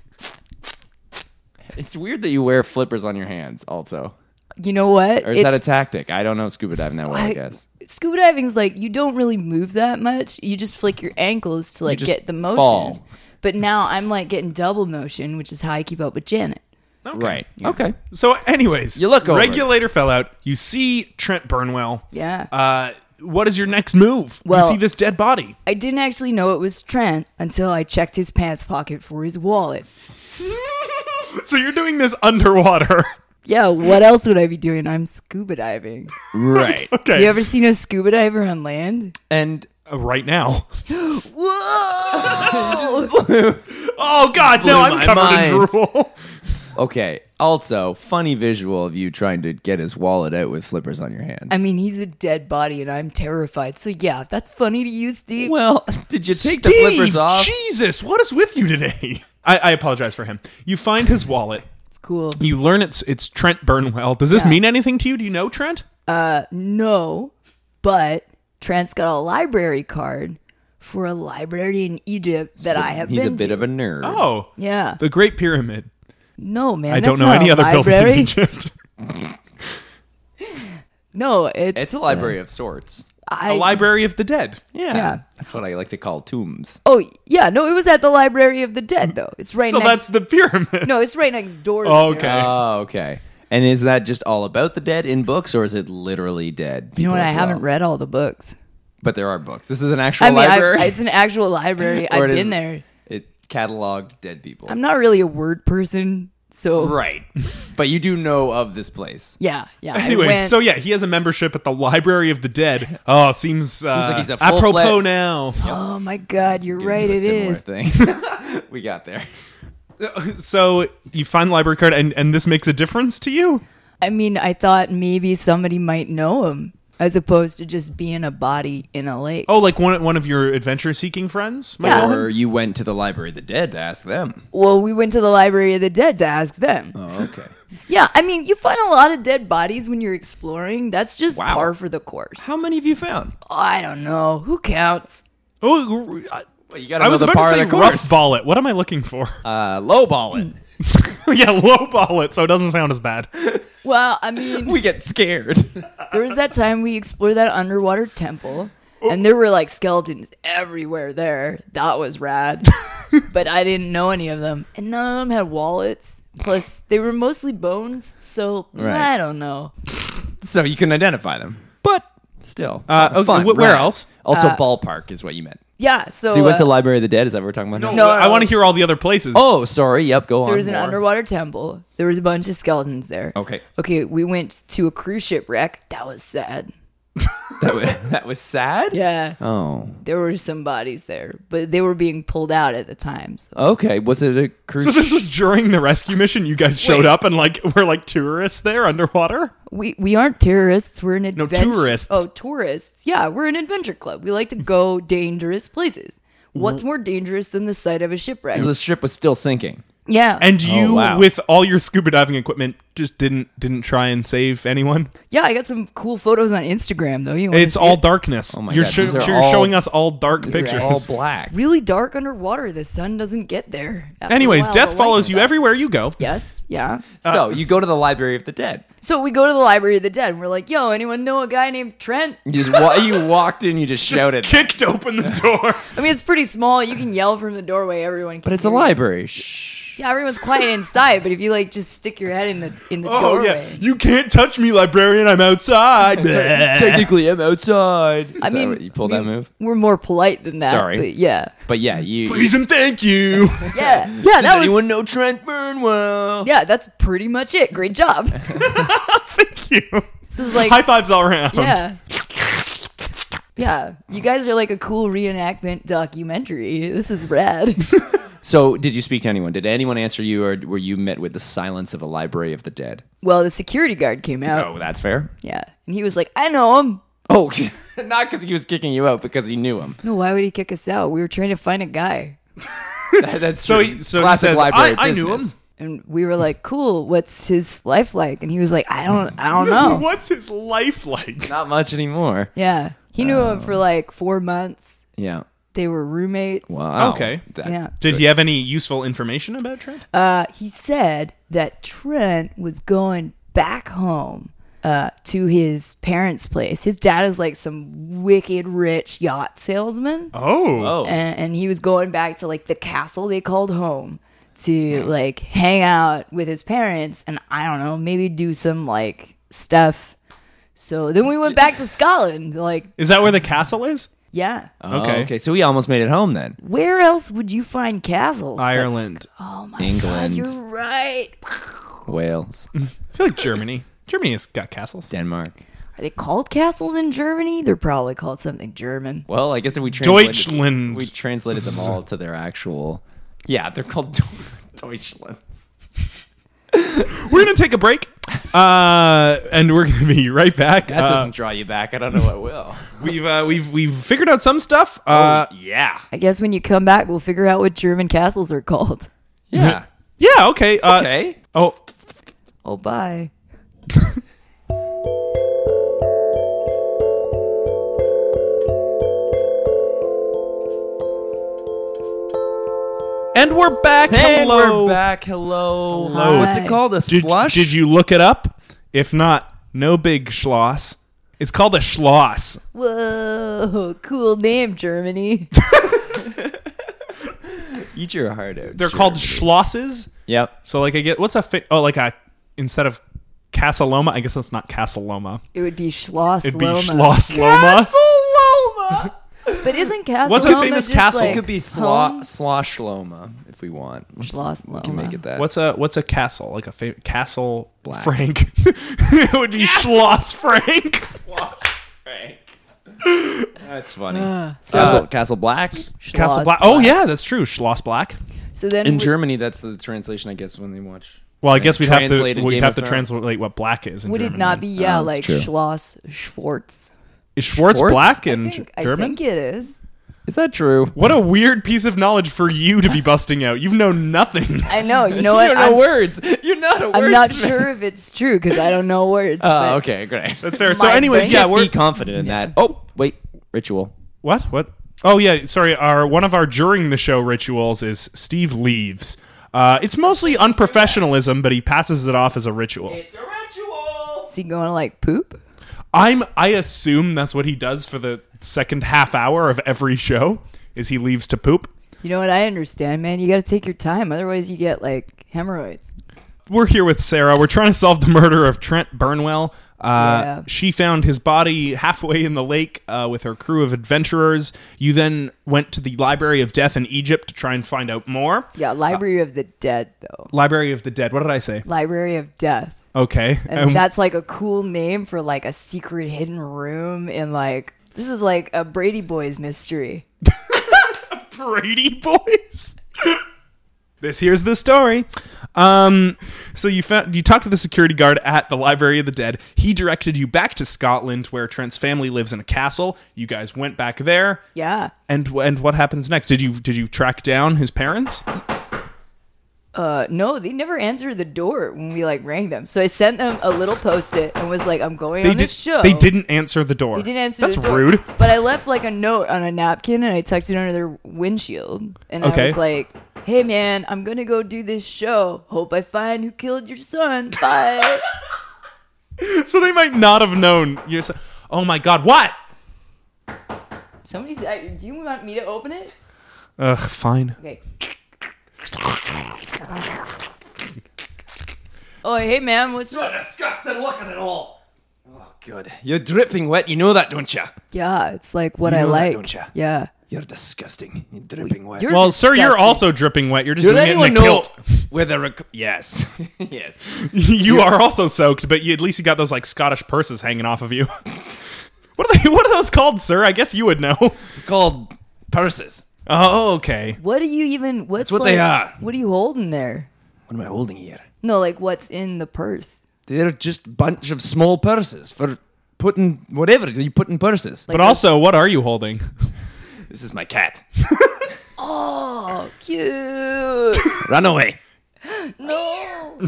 Speaker 2: It's weird that you wear flippers on your hands also.
Speaker 3: You know what?
Speaker 2: Or is that a tactic? I don't know scuba diving that well, I,
Speaker 3: I-
Speaker 2: guess.
Speaker 3: scuba diving's like you don't really move that much. You just flick your ankles to like
Speaker 2: just
Speaker 3: get the motion.
Speaker 2: fall.
Speaker 3: But now I'm like getting double motion, which is how I keep up with Janet.
Speaker 1: Okay.
Speaker 2: Right.
Speaker 3: [LAUGHS]
Speaker 2: Okay.
Speaker 1: So, anyways,
Speaker 2: You look over.
Speaker 1: Regulator fell out. You see Trent Burnwell.
Speaker 3: Yeah.
Speaker 1: Uh, what is your next move?
Speaker 3: Well-
Speaker 1: you see this dead body. [LAUGHS]
Speaker 3: I didn't actually know it was Trent until I checked his pants pocket for his wallet.
Speaker 1: So you're doing this underwater.
Speaker 3: Yeah, what else would I be doing? I'm scuba diving.
Speaker 2: Right.
Speaker 1: Okay.
Speaker 3: You ever seen a scuba diver on land?
Speaker 2: and
Speaker 1: Uh, right now.
Speaker 3: Whoa!
Speaker 1: [LAUGHS]
Speaker 2: [LAUGHS]
Speaker 1: Oh God, no! I'm
Speaker 2: my
Speaker 1: covered in
Speaker 2: mind.
Speaker 1: [LAUGHS] drool.
Speaker 2: okay. Also, funny visual of you trying to get his wallet out with flippers on your hands.
Speaker 3: I mean, he's a dead body and I'm terrified. So, yeah, if that's funny to you, Steve.
Speaker 2: well, [LAUGHS] did you take the
Speaker 1: Steve,
Speaker 2: flippers off?
Speaker 1: Jesus, what is with you today? [LAUGHS] I, I apologize for him. You find his wallet.
Speaker 3: It's cool.
Speaker 1: You learn it's it's Trent Burnwell. Does this
Speaker 3: Yeah.
Speaker 1: mean anything to you? Do you know Trent?
Speaker 3: No, but Trent's got a library card for a library in Egypt that I have
Speaker 2: He's a
Speaker 3: been
Speaker 2: bit
Speaker 3: to.
Speaker 2: of a nerd.
Speaker 1: Oh,
Speaker 3: yeah.
Speaker 1: the Great Pyramid.
Speaker 3: No, man.
Speaker 1: I
Speaker 3: that's
Speaker 1: don't know
Speaker 3: not
Speaker 1: any
Speaker 3: a
Speaker 1: other building in [LAUGHS]
Speaker 3: library. [LAUGHS]
Speaker 1: Egypt.
Speaker 3: No, it's
Speaker 2: It's a library of sorts.
Speaker 3: I,
Speaker 1: A library of the dead.
Speaker 2: Yeah.
Speaker 3: Yeah.
Speaker 2: That's what I like to call tombs.
Speaker 3: Oh yeah, no, it was at the Library of the Dead though. It's right
Speaker 1: So
Speaker 3: next.
Speaker 1: that's the pyramid.
Speaker 3: no, it's right next door. To
Speaker 1: Oh,
Speaker 3: the
Speaker 1: okay.
Speaker 3: pyramid.
Speaker 2: Oh, okay. And is that just all about the dead in books, or is it literally dead?
Speaker 3: You know
Speaker 2: people
Speaker 3: what? I
Speaker 2: as well?
Speaker 3: haven't read all the books.
Speaker 2: But there are books. This is an actual
Speaker 3: I mean,
Speaker 2: library.
Speaker 3: I, it's an actual library.
Speaker 2: [LAUGHS] Or
Speaker 3: I've
Speaker 2: it
Speaker 3: been
Speaker 2: is-
Speaker 3: there.
Speaker 2: It cataloged dead people.
Speaker 3: I'm not really a word person, so
Speaker 2: right. but you do know of this place.
Speaker 3: yeah, yeah. I
Speaker 1: [LAUGHS] Anyway,
Speaker 3: went-
Speaker 1: so yeah, he has a membership at the Library of the Dead. Oh, seems uh,
Speaker 2: like he's a full-fledged-
Speaker 1: apropos now.
Speaker 3: oh my god, you're
Speaker 2: Gonna
Speaker 3: right.
Speaker 2: do a
Speaker 3: It
Speaker 2: similar
Speaker 3: is. [LAUGHS]
Speaker 2: Thing. [LAUGHS] we got there.
Speaker 1: So you find the library card, and and this makes a difference to you.
Speaker 3: I mean, I thought maybe somebody might know him as opposed to just being a body in a lake.
Speaker 1: Oh, like one one of your adventure seeking friends. might
Speaker 3: Yeah.
Speaker 1: know him?
Speaker 2: Or you went to the Library of the Dead to ask them.
Speaker 3: Well, we went to the Library of the Dead to ask them.
Speaker 2: Oh, okay.
Speaker 3: Yeah, I mean, you find a lot of dead bodies when you're exploring. That's just
Speaker 2: Wow.
Speaker 3: par for the course.
Speaker 2: [LAUGHS] How many have you found?
Speaker 3: I don't know. Who counts?
Speaker 1: Oh, I,
Speaker 2: Well, you got
Speaker 1: I was about to
Speaker 2: par
Speaker 1: say
Speaker 2: of the
Speaker 1: rough
Speaker 2: course.
Speaker 1: ball it. What am I looking for?
Speaker 2: Uh, low ball
Speaker 3: [LAUGHS]
Speaker 2: it.
Speaker 1: [LAUGHS] yeah, low ball it, so it doesn't sound as bad.
Speaker 3: Well, I mean,
Speaker 2: [LAUGHS] We get scared. [LAUGHS]
Speaker 3: there was that time we explored that underwater temple,
Speaker 2: Oh.
Speaker 3: and there were like skeletons everywhere there. That was
Speaker 2: [LAUGHS]
Speaker 3: rad. but I didn't know any of them, and none of them had wallets. Plus, they were mostly bones, so
Speaker 2: Right.
Speaker 3: I don't know.
Speaker 2: so you can identify them. But still,
Speaker 1: Uh, okay,
Speaker 2: fun.
Speaker 1: wh- where
Speaker 2: right.
Speaker 1: else?
Speaker 3: Uh,
Speaker 2: Also, ballpark is what you meant.
Speaker 3: Yeah. So,
Speaker 2: So you went to
Speaker 3: uh,
Speaker 2: Library of the Dead. Is that what we're talking about?
Speaker 1: No,
Speaker 2: now?
Speaker 3: No, uh,
Speaker 1: I
Speaker 3: no.
Speaker 1: want to hear all the other places.
Speaker 2: Oh, sorry. Yep. Go on.
Speaker 3: there was an
Speaker 2: more.
Speaker 3: underwater temple. There was a bunch of skeletons there.
Speaker 1: Oh.
Speaker 2: Okay.
Speaker 3: Okay, we went to a cruise ship wreck. That was sad.
Speaker 2: That was, [LAUGHS] that was sad.
Speaker 3: Yeah.
Speaker 2: Oh.
Speaker 3: [LAUGHS] There were some bodies there, but they were being pulled out at the time. So
Speaker 2: Okay. Was it a cruise?
Speaker 1: So this
Speaker 2: ship?
Speaker 1: was during the rescue mission. You guys showed
Speaker 3: Wait.
Speaker 1: up and like were like tourists there underwater.
Speaker 3: we we aren't terrorists. We're an adventure.
Speaker 1: tourists.
Speaker 3: Oh, tourists. Yeah, we're an adventure club. We like
Speaker 1: [LAUGHS]
Speaker 3: to go dangerous places. What's more dangerous than the sight of a shipwreck?
Speaker 2: So the ship was still sinking.
Speaker 3: Yeah.
Speaker 1: And you,
Speaker 2: Oh, wow.
Speaker 1: with all your scuba diving equipment, just didn't didn't try and save anyone.
Speaker 3: yeah, I got some cool photos on Instagram though. You wanna
Speaker 1: It's
Speaker 3: see
Speaker 1: all
Speaker 3: it?
Speaker 1: darkness.
Speaker 2: oh my
Speaker 1: you're
Speaker 2: God,
Speaker 1: sho-
Speaker 2: these are
Speaker 1: you're
Speaker 2: all-
Speaker 1: showing us all dark
Speaker 2: It's
Speaker 1: pictures.
Speaker 2: all
Speaker 3: [LAUGHS]
Speaker 2: black.
Speaker 3: really dark underwater. The sun doesn't get there. After a
Speaker 1: Anyways,
Speaker 3: while, the
Speaker 1: death
Speaker 3: light
Speaker 1: follows you
Speaker 3: goes out.
Speaker 1: everywhere you go.
Speaker 3: Yes. Yeah.
Speaker 2: So you go to the Library of the Dead.
Speaker 3: So we go to the Library of the Dead and we're like, yo, anyone know a guy named Trent?
Speaker 2: You just wa- you walked in. You just shouted.
Speaker 1: Kicked open
Speaker 2: [LAUGHS]
Speaker 1: the door.
Speaker 3: I mean, it's pretty small. You can yell from the doorway. Everyone can
Speaker 2: but it's a
Speaker 3: hear you.
Speaker 2: library. Shh.
Speaker 3: [LAUGHS] Yeah, everyone's quiet inside, but if you like just stick your head in the in the
Speaker 1: Oh yeah,
Speaker 3: doorway.
Speaker 1: you can't touch me, librarian. I'm
Speaker 2: [LAUGHS]
Speaker 1: outside.
Speaker 2: Technically, I'm outside. Is
Speaker 3: I
Speaker 2: that
Speaker 3: mean,
Speaker 2: what- you pulled
Speaker 3: we-
Speaker 2: that move.
Speaker 3: We're more polite than that.
Speaker 2: Sorry.
Speaker 3: but yeah,
Speaker 2: But yeah, you.
Speaker 1: Please and thank
Speaker 2: [LAUGHS]
Speaker 1: you.
Speaker 3: yeah, yeah.
Speaker 2: Does
Speaker 3: That
Speaker 2: anyone
Speaker 3: was
Speaker 2: know Trent Burnwell?
Speaker 3: yeah. That's pretty much it.
Speaker 2: [LAUGHS]
Speaker 3: Great job. This
Speaker 1: thank you.
Speaker 3: is like
Speaker 1: High fives all around.
Speaker 3: yeah, yeah. You guys are like a cool reenactment documentary. This is rad.
Speaker 2: [LAUGHS] So, did you speak to anyone? Did anyone answer you, or were you met with the silence of a Library of the Dead?
Speaker 3: well, the security guard came out.
Speaker 2: Oh, that's fair.
Speaker 3: Yeah, and he was like, "I know him."
Speaker 2: Oh, [LAUGHS] not because he was kicking you out, because he
Speaker 1: [LAUGHS]
Speaker 2: knew him.
Speaker 3: No, why would he kick us out? We were trying to find a guy,
Speaker 2: That- that's
Speaker 1: So
Speaker 2: true.
Speaker 1: he, so he
Speaker 2: Classic
Speaker 1: says,
Speaker 2: library
Speaker 1: I, I knew him.
Speaker 2: business.
Speaker 3: and we were like, "Cool, what's his life like?" And he was like, "I don't, I don't know."
Speaker 1: [LAUGHS] What's his life like?
Speaker 2: Not much anymore.
Speaker 3: Yeah. He knew him for like four months.
Speaker 2: Yeah.
Speaker 3: They were roommates.
Speaker 2: Wow.
Speaker 1: Okay.
Speaker 2: That-
Speaker 3: Yeah.
Speaker 1: Did he have any useful information about Trent?
Speaker 3: Uh, he said that Trent was going back home uh, to his parents' place. His dad is like some wicked rich yacht salesman.
Speaker 1: oh.
Speaker 2: Oh.
Speaker 3: And, and he was going back to like the castle they called home to like hang out with his parents and I don't know, maybe do some like stuff. So then we went back to Scotland. Like,
Speaker 1: Is that where the castle is?
Speaker 2: [LAUGHS]
Speaker 3: yeah.
Speaker 2: Oh,
Speaker 1: Okay.
Speaker 2: okay. So he almost made it home then.
Speaker 3: Where else would you find castles? but
Speaker 1: Ireland.
Speaker 3: Oh my
Speaker 2: England.
Speaker 3: god, you're right. Are
Speaker 2: Wales,
Speaker 1: I feel like Germany. Germany has got
Speaker 2: [LAUGHS]
Speaker 1: castles.
Speaker 2: Denmark.
Speaker 3: they called castles in Germany? They're probably called something German.
Speaker 2: Well, I guess if we translated,
Speaker 1: Deutschland.
Speaker 2: we translated them all to their actual. Yeah, they're called [LAUGHS] Deu- Deutschlands.
Speaker 1: We're gonna take a break, uh, and we're gonna be right back.
Speaker 2: That
Speaker 1: Uh,
Speaker 2: doesn't draw you back. I don't know what will.
Speaker 1: we've uh, we've we've figured out some stuff. Uh,
Speaker 2: Oh, yeah.
Speaker 3: I guess when you come back, we'll figure out what German castles are called.
Speaker 2: Yeah.
Speaker 1: [LAUGHS] yeah. Okay. Uh,
Speaker 2: [LAUGHS] Okay.
Speaker 1: Oh,
Speaker 3: Oh, bye.
Speaker 1: and we're back.
Speaker 2: And
Speaker 1: Hello.
Speaker 2: we're back. Hello.
Speaker 3: Hello.
Speaker 2: What's it called? A
Speaker 1: Did,
Speaker 2: slush?
Speaker 1: did you look it up? If not, no big schloss. It's called a schloss.
Speaker 3: Whoa, cool name, Germany.
Speaker 2: eat your heart out?
Speaker 1: They're called schlosses.
Speaker 2: Yep.
Speaker 1: So like I get what's a fa- oh like a instead of Casaloma, I guess that's not Casaloma.
Speaker 3: It would be Schloss
Speaker 1: It'd be Schlossloma.
Speaker 2: Casaloma.
Speaker 3: But isn't Castle
Speaker 1: What's a famous castle?
Speaker 2: It could be slo- sloshloma if we want. We can make it that.
Speaker 1: What's a what's a castle like a fa- castle
Speaker 2: Black.
Speaker 1: Frank? [LAUGHS] it would be Schloss Frank.
Speaker 2: That's funny.
Speaker 3: so-
Speaker 2: Castle, Castle Black.
Speaker 1: Castle Black. Oh yeah, that's true. Schloss Black.
Speaker 3: So then
Speaker 2: In
Speaker 3: we-
Speaker 2: Germany, that's the translation, I guess, when they watch.
Speaker 1: Well, I guess we'd have to
Speaker 2: translated
Speaker 1: we'd
Speaker 2: Game
Speaker 1: have
Speaker 2: of
Speaker 1: to
Speaker 2: Thrones.
Speaker 1: translate what black is. In
Speaker 3: would it
Speaker 1: German
Speaker 3: not be,
Speaker 1: then.
Speaker 3: yeah,
Speaker 2: Oh, that's
Speaker 3: like
Speaker 2: true.
Speaker 3: Schloss Schwartz?
Speaker 1: Is Schwartz
Speaker 2: Schwartz?
Speaker 1: black
Speaker 3: I
Speaker 1: in
Speaker 3: think-
Speaker 1: G- German?
Speaker 3: I think it is.
Speaker 2: Is that true?
Speaker 1: what a weird piece of knowledge for you to be busting out. You've known nothing.
Speaker 3: [LAUGHS] I
Speaker 2: [LAUGHS]
Speaker 3: know. You know what?
Speaker 2: You don't
Speaker 3: I'm-
Speaker 2: know words. You're not a word.
Speaker 3: I'm not sure if it's true because I don't know words.
Speaker 2: [LAUGHS] Oh,
Speaker 3: but
Speaker 2: okay, great.
Speaker 1: That's
Speaker 2: [LAUGHS]
Speaker 1: fair. So,
Speaker 3: My
Speaker 1: anyways,
Speaker 3: brain-
Speaker 1: yeah,
Speaker 2: Can't
Speaker 1: we're
Speaker 2: be confident in that. Oh, wait, ritual.
Speaker 1: What? What? Oh yeah, sorry. Our one of our during the show rituals is Steve leaves. Uh, it's mostly unprofessionalism, but he passes it off as a ritual.
Speaker 2: It's a ritual.
Speaker 3: Is he going to like poop?
Speaker 1: I'm I assume that's what he does for the second half hour of every show is he leaves to poop.
Speaker 3: You know what? I understand, man. You got to take your time. Otherwise, you get like hemorrhoids.
Speaker 1: We're here with Sarah. We're trying to solve the murder of Trent Burnwell. Uh,
Speaker 3: Yeah.
Speaker 1: She found his body halfway in the lake uh, with her crew of adventurers. You then went to the Library of Death in Egypt to try and find out more.
Speaker 3: Yeah, Library of the Dead though.
Speaker 1: Library of the Dead. What did I say?
Speaker 3: Library of Death.
Speaker 1: Okay.
Speaker 3: And
Speaker 1: Um,
Speaker 3: that's like a cool name for like a secret hidden room in like this is like a Brady Boys mystery.
Speaker 1: Brady Boys. [LAUGHS] this here's the story. Um, so you found, you talked to the security guard at the Library of the Dead. He directed you back to Scotland, where Trent's family lives in a castle. You guys went back there.
Speaker 3: Yeah.
Speaker 1: And and what happens next? Did you did you track down his parents?
Speaker 3: Uh, no, they never answered the door when we like rang them. So I sent them a little post-it and was like, "I'm going
Speaker 1: They
Speaker 3: on this
Speaker 1: did.
Speaker 3: show."
Speaker 1: They didn't answer the door.
Speaker 3: They didn't answer.
Speaker 1: That's
Speaker 3: the door.
Speaker 1: rude. [LAUGHS]
Speaker 3: But I left like a note on a napkin and I tucked it under their windshield. And
Speaker 1: Okay.
Speaker 3: I was like, "Hey man, I'm gonna go do this show. Hope I find who killed your son.
Speaker 1: [LAUGHS]
Speaker 3: Bye."
Speaker 1: So they might not have known. You're so, oh my god, what?
Speaker 3: Somebody's. At your, do you want me to open it?
Speaker 1: Ugh, fine.
Speaker 3: Okay. Oh hey man, what's up?
Speaker 2: disgusting. Look at it all. Oh, good. You're dripping wet. You know that, don't you?
Speaker 3: Yeah, it's like what I
Speaker 2: know that,
Speaker 3: like.
Speaker 2: don't ya?
Speaker 3: Yeah.
Speaker 2: You're disgusting. You're dripping wet.
Speaker 3: You're
Speaker 1: Well, sir, you're
Speaker 3: disgusting.
Speaker 1: also dripping wet. You're just
Speaker 2: Does
Speaker 1: doing it in a
Speaker 2: anyone know
Speaker 1: kilt. [LAUGHS]
Speaker 2: whether a yes, [LAUGHS] yes,
Speaker 1: you are also soaked, but you, at least you got those like Scottish purses hanging off of you. [LAUGHS] what are they? What are those called, sir? I guess you would know. [LAUGHS]
Speaker 2: called purses?
Speaker 1: Oh, okay.
Speaker 3: What do you even? What's
Speaker 2: what
Speaker 3: like,
Speaker 2: they are.
Speaker 3: What are you holding there?
Speaker 2: What am I holding here?
Speaker 3: No, like what's in the purse?
Speaker 2: They're just bunch of small purses for putting whatever you put in purses.
Speaker 3: Like
Speaker 1: But also, what are you holding? [LAUGHS]
Speaker 2: this is my cat. [LAUGHS]
Speaker 3: oh, cute. [LAUGHS]
Speaker 2: Run away.
Speaker 3: no,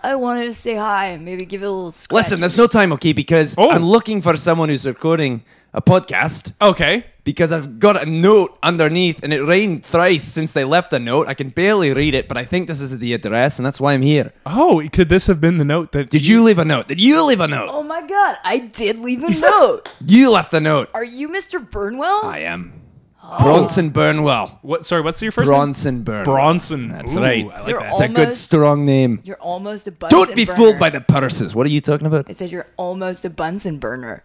Speaker 3: I wanted to say hi and maybe give it a little scratch.
Speaker 2: Listen, there's no time, okay? Because
Speaker 1: Oh.
Speaker 2: I'm looking for someone who's recording a podcast.
Speaker 1: Okay.
Speaker 2: Because I've got a note underneath, and it rained thrice since they left the note. I can barely read it, but I think this is the address, and that's why I'm here.
Speaker 1: Oh, could this have been the note that
Speaker 2: Did you leave a note? Did you leave a note?
Speaker 3: Oh my god, I did leave a
Speaker 2: [LAUGHS]
Speaker 3: note.
Speaker 2: You left the note.
Speaker 3: Are you Mr. Burnwell?
Speaker 2: I am. Oh. Bronson Burnwell.
Speaker 1: What? Sorry, what's your first
Speaker 2: Bronson
Speaker 1: name?
Speaker 2: Burnwell.
Speaker 1: Bronson.
Speaker 2: That's
Speaker 1: Ooh,
Speaker 2: right.
Speaker 1: I like
Speaker 3: You're
Speaker 1: that.
Speaker 2: It's a good,
Speaker 3: Almost.
Speaker 2: strong name.
Speaker 3: You're almost a Bunsen
Speaker 2: Don't be
Speaker 3: burner.
Speaker 2: fooled by the purses. What are you talking about?
Speaker 3: I said you're almost a Bunsen burner.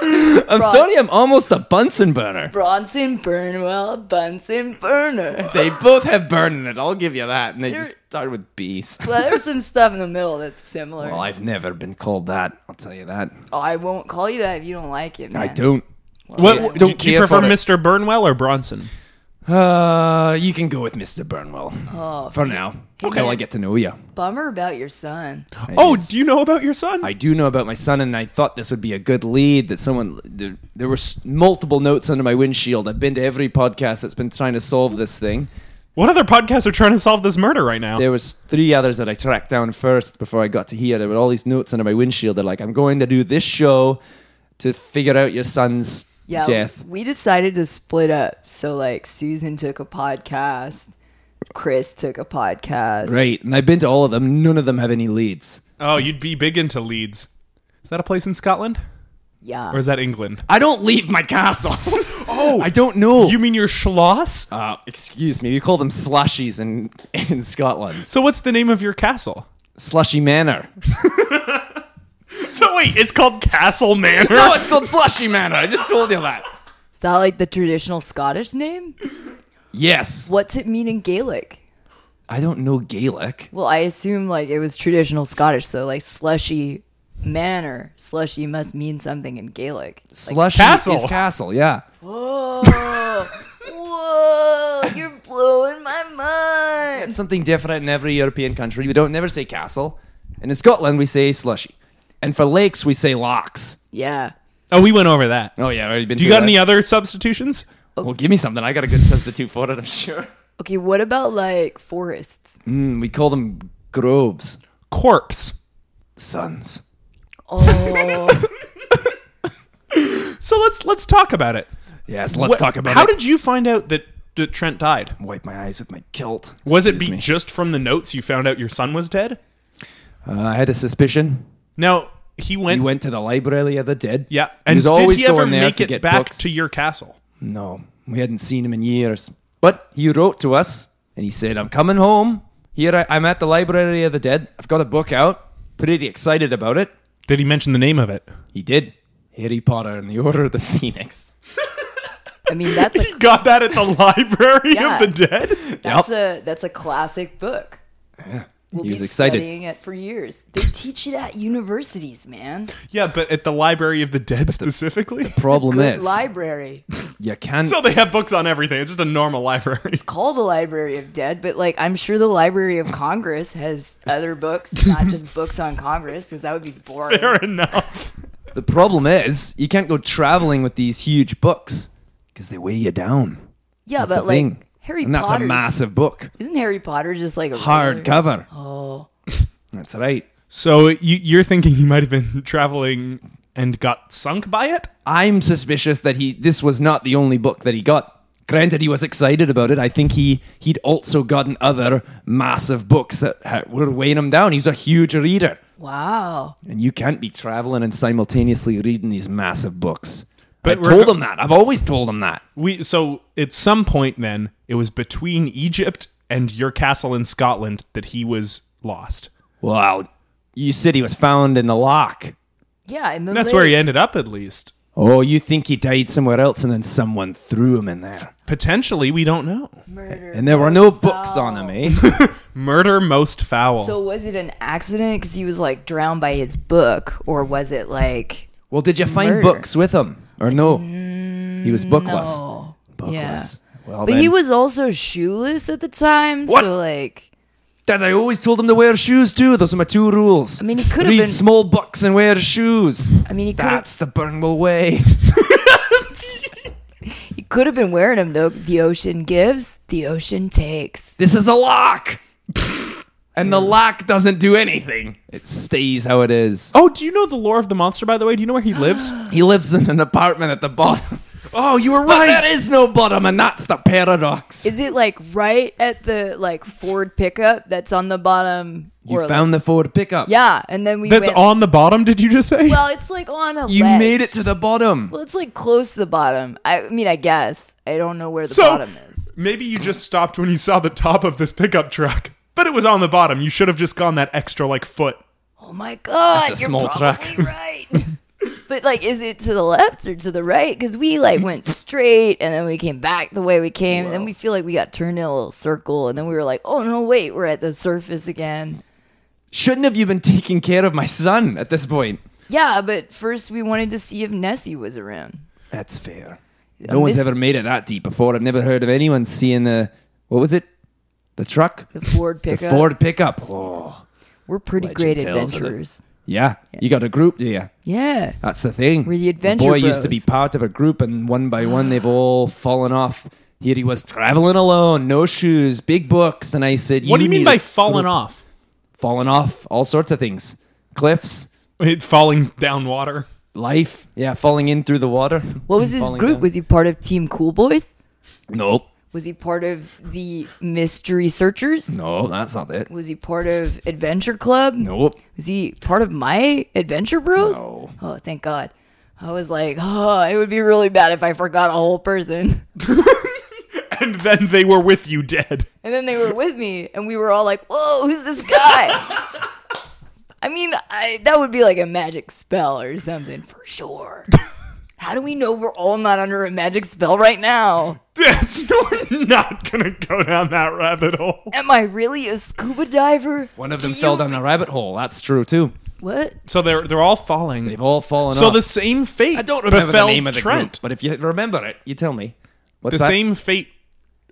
Speaker 2: I'm sorry, I'm almost a Bunsen burner.
Speaker 3: Bronson Burnwell, Bunsen burner. [LAUGHS]
Speaker 2: They both have burn in it, I'll give you that. And they
Speaker 3: They're-
Speaker 2: just start with
Speaker 3: [LAUGHS]
Speaker 2: B's.
Speaker 3: Well, there's some stuff in the middle that's similar.
Speaker 2: Well, I've never been called that. I'll tell you that.
Speaker 3: oh, I won't call you that if you don't like it, man.
Speaker 2: I don't.
Speaker 1: What,
Speaker 2: Yeah.
Speaker 1: do, you-
Speaker 2: Don't
Speaker 1: do you
Speaker 2: care
Speaker 1: prefer
Speaker 2: for it.
Speaker 1: Mr. Burnwell or Bronson?
Speaker 2: Uh, you can go with Mr. Burnwell. Oh, for now. Okay,
Speaker 3: man.
Speaker 2: I get to know you.
Speaker 3: Bummer about
Speaker 2: [GASPS]
Speaker 3: your son.
Speaker 1: Oh, do you know about your son?
Speaker 2: I do know about my son, and I thought this would be a good lead. That someone there, there were s- multiple notes under my windshield. I've been to every podcast that's been trying to solve this thing.
Speaker 1: what other podcasts are trying to solve this murder right now?
Speaker 2: There was three others that I tracked down first before I got to here. There were all these notes under my windshield. They're like, "I'm going to do this show to figure out your son's
Speaker 3: Yeah,
Speaker 2: death."
Speaker 3: we decided to split up. So like Susan took a podcast, Chris took a podcast.
Speaker 2: Right, and I've been to all of them. None of them have any leads.
Speaker 1: Oh, you'd be big into Leeds. Is that a place in Scotland
Speaker 3: Yeah.
Speaker 1: or is that England?
Speaker 2: I don't leave my castle. [LAUGHS] oh, I don't know.
Speaker 1: You mean your Schloss?
Speaker 2: uh, excuse me. You call them slushies in [LAUGHS] in Scotland.
Speaker 1: So what's the name of your castle?
Speaker 2: Slushy Manor.
Speaker 1: So wait, it's called Castle Manor.
Speaker 2: no, it's called Slushy Manor. I just told you that.
Speaker 3: Is that like the traditional Scottish name?
Speaker 2: Yes.
Speaker 3: What's it mean in Gaelic?
Speaker 2: I don't know Gaelic.
Speaker 3: Well, I assume like it was traditional Scottish, so like slushy manor. Slushy must mean something in Gaelic.
Speaker 2: Slushy
Speaker 1: castle.
Speaker 2: is castle. Yeah.
Speaker 3: Whoa.
Speaker 2: Oh.
Speaker 3: Whoa, you're blowing my
Speaker 2: It's
Speaker 3: mind.
Speaker 2: something different in every European country. We don't never say castle. And in Scotland, we say slushy. And for lakes, we say locks.
Speaker 3: Yeah.
Speaker 1: Oh, we went over that.
Speaker 2: Oh yeah, I've already been.
Speaker 1: Do you got any other substitutions?
Speaker 2: Well, give me something. I got a good substitute for it. I'm sure.
Speaker 3: Okay, what about like forests?
Speaker 2: Mm, we call them groves.
Speaker 1: Corpse.
Speaker 2: Sons.
Speaker 3: Oh.
Speaker 1: So let's let's talk about it.
Speaker 2: Yes. Let's
Speaker 1: What-
Speaker 2: talk about
Speaker 1: how
Speaker 2: it.
Speaker 1: did you find out that, that Trent died?
Speaker 2: wipe my eyes with my kilt.
Speaker 1: Was it
Speaker 2: Excuse
Speaker 1: be
Speaker 2: me.
Speaker 1: just from the notes you found out your son was dead?
Speaker 2: Uh, I had a suspicion.
Speaker 1: Now he went.
Speaker 2: He went to the library of the dead.
Speaker 1: yeah,
Speaker 2: and
Speaker 1: and
Speaker 2: he's
Speaker 1: did
Speaker 2: always
Speaker 1: he ever
Speaker 2: going there
Speaker 1: make
Speaker 2: to
Speaker 1: it
Speaker 2: get
Speaker 1: back
Speaker 2: books.
Speaker 1: to your castle?
Speaker 2: No, we hadn't seen him in years. But he wrote to us and he said, I'm coming home. Here I, I'm at the Library of the Dead. I've got a book out. Pretty excited about it.
Speaker 1: Did he mention the name of it?
Speaker 2: He did. Harry Potter and the Order of the [LAUGHS] Phoenix.
Speaker 3: I
Speaker 2: [LAUGHS]
Speaker 3: mean,
Speaker 1: [LAUGHS]
Speaker 3: that's
Speaker 1: He
Speaker 3: a
Speaker 1: got that at
Speaker 3: [LAUGHS]
Speaker 1: the Library of
Speaker 3: Yeah.
Speaker 1: the Dead.
Speaker 3: that's a that's a classic book. We'll
Speaker 2: He was
Speaker 3: be
Speaker 2: excited.
Speaker 3: studying it for years. They teach it at universities, man.
Speaker 1: Yeah, but at the Library of the Dead [LAUGHS] specifically.
Speaker 2: Problem
Speaker 3: Good
Speaker 2: is,
Speaker 3: library.
Speaker 2: you can't.
Speaker 1: so they have books on everything. It's just a normal library. [LAUGHS]
Speaker 3: Call the Library of Dead, but like I'm sure the Library of Congress has
Speaker 2: [LAUGHS]
Speaker 3: other books, not just books on Congress, because that would be boring.
Speaker 1: Fair enough.
Speaker 2: the problem is, you can't go traveling with these huge books because they weigh you down.
Speaker 3: Yeah,
Speaker 2: That's
Speaker 3: but
Speaker 2: the
Speaker 3: like
Speaker 2: thing.
Speaker 3: Harry
Speaker 2: and that's
Speaker 3: Potter's
Speaker 2: a massive book,
Speaker 3: Isn't Harry Potter just like a
Speaker 2: hard
Speaker 3: regular-
Speaker 2: cover. Oh, [LAUGHS] that's right.
Speaker 1: So you, you're thinking he might have been [LAUGHS] traveling and got sunk by it?
Speaker 2: I'm suspicious that he this was not the only book that he got. Granted, he was excited about it. I think he he'd also gotten other massive books that ha- were weighing him down. He's a huge reader,
Speaker 3: Wow.
Speaker 2: and you can't be traveling and simultaneously reading these massive books.
Speaker 1: But
Speaker 2: I
Speaker 1: we're
Speaker 2: told
Speaker 1: go-
Speaker 2: him that. I've always told him that.
Speaker 1: We so at some point then it was between Egypt and your castle in Scotland that he was lost.
Speaker 2: Wow, you said he was found in the lock.
Speaker 3: Yeah, and
Speaker 1: That's where he ended up at least.
Speaker 2: Oh, you think he died somewhere else, and then someone threw him in there,
Speaker 1: Potentially, we don't know.
Speaker 3: murder.
Speaker 2: and there were no books on him, eh?
Speaker 1: Murder most foul.
Speaker 3: So was it an accident because he was like drowned by his book, or was it like
Speaker 2: well, did you find
Speaker 3: Murder.
Speaker 2: books with him, or no? He was bookless.
Speaker 3: oh?
Speaker 2: Bookless.
Speaker 3: Yeah.
Speaker 2: Well,
Speaker 3: But he
Speaker 2: then-
Speaker 3: was also shoeless at the time,
Speaker 2: What?
Speaker 3: so like
Speaker 2: Dad, I always told him to wear shoes too. Those are my two rules.
Speaker 3: I mean, he could have
Speaker 2: Read
Speaker 3: been.
Speaker 2: small books and wear shoes.
Speaker 3: I mean, he could have
Speaker 2: That's the Burnwell way. [LAUGHS]
Speaker 3: he could have been wearing them though. The ocean gives, the ocean takes.
Speaker 2: this is a
Speaker 3: [LAUGHS]
Speaker 2: lock. and the lock doesn't do anything. It stays how it is.
Speaker 1: oh, do you know the lore of the monster? By the way, do you know where he
Speaker 3: [GASPS]
Speaker 1: lives?
Speaker 2: He lives in an apartment at the bottom. [LAUGHS]
Speaker 1: oh, you were
Speaker 2: But
Speaker 1: right.
Speaker 2: there is no bottom, and that's the paradox.
Speaker 3: Is it like right at the like Ford pickup that's on the bottom?
Speaker 2: you
Speaker 3: like-
Speaker 2: found the Ford pickup.
Speaker 3: yeah, and then we
Speaker 1: That's
Speaker 3: went,
Speaker 1: on the bottom. Did you just say? [LAUGHS]
Speaker 3: Well, it's like on a.
Speaker 2: You
Speaker 3: ledge.
Speaker 2: made it to the bottom.
Speaker 3: Well, it's like close to the bottom. I mean, I guess I don't know where the
Speaker 1: so
Speaker 3: bottom is.
Speaker 1: maybe you just stopped when you saw the top of this pickup truck, but it was on the bottom. You should have just gone that extra like foot.
Speaker 3: Oh my god,
Speaker 2: That's a
Speaker 3: you're
Speaker 2: small
Speaker 3: probably
Speaker 2: [LAUGHS]
Speaker 3: right. but like, is it to the left or to the right? Because we like went straight and then we came back the way we came, and then we feel like we got turned in a little circle, and then we were like, oh no, wait, we're at the surface again.
Speaker 2: Shouldn't have you been taking care of my son at this point?
Speaker 3: Yeah, but first we wanted to see if Nessie was around.
Speaker 2: That's fair. No one's
Speaker 3: miss-
Speaker 2: ever made it that deep before. I've never heard of anyone seeing the what was it? The truck?
Speaker 3: The Ford
Speaker 2: The
Speaker 3: pickup.
Speaker 2: Ford pickup. Oh.
Speaker 3: we're pretty
Speaker 2: Legend
Speaker 3: great
Speaker 2: tells of it.
Speaker 3: adventurers.
Speaker 2: Yeah. You got a group, do you?
Speaker 3: Yeah.
Speaker 2: That's the thing.
Speaker 3: We're the adventure
Speaker 2: boy used to be
Speaker 3: bros. Ah.
Speaker 2: part of a group and one by one they've all fallen off. Here he was traveling alone, no shoes, big books, and I said,
Speaker 1: What do you mean
Speaker 2: need
Speaker 1: by
Speaker 2: a
Speaker 1: falling
Speaker 2: group."
Speaker 1: off?
Speaker 2: Falling off, all sorts of things. Cliffs,
Speaker 1: It falling down water.
Speaker 2: life, yeah, falling in through the water. [LAUGHS]
Speaker 3: What was his
Speaker 2: Falling
Speaker 3: group?
Speaker 2: down.
Speaker 3: Was he part of Team Cool Boys?
Speaker 2: Nope.
Speaker 3: Was he part of the Mystery Searchers?
Speaker 2: No, that's not it.
Speaker 3: Was he part of Adventure Club?
Speaker 2: Nope.
Speaker 3: Was he part of my Adventure Bros?
Speaker 2: No.
Speaker 3: Oh, thank God. I was like, oh, it would be really bad if I forgot a whole person. [LAUGHS]
Speaker 1: And then they were with you dead. [LAUGHS]
Speaker 3: And then they were with me, and we were all like, whoa, who's this guy? [LAUGHS] I mean, I, that would be like a magic spell or something for
Speaker 2: [LAUGHS]
Speaker 3: sure. How do we know we're all not under a magic spell right now?
Speaker 1: That's not, not gonna go down that rabbit hole.
Speaker 3: Am I really a scuba diver?
Speaker 2: One of them
Speaker 3: Do
Speaker 2: fell
Speaker 3: you-
Speaker 2: down a rabbit hole. That's true too.
Speaker 3: What?
Speaker 1: So they're they're all falling.
Speaker 2: They've all fallen
Speaker 1: so
Speaker 2: off.
Speaker 1: the same fate.
Speaker 2: I don't remember the
Speaker 1: befell
Speaker 2: name of the
Speaker 1: Trent.
Speaker 2: group, but if you remember it, you tell me. What's
Speaker 1: the
Speaker 2: that?
Speaker 1: same fate.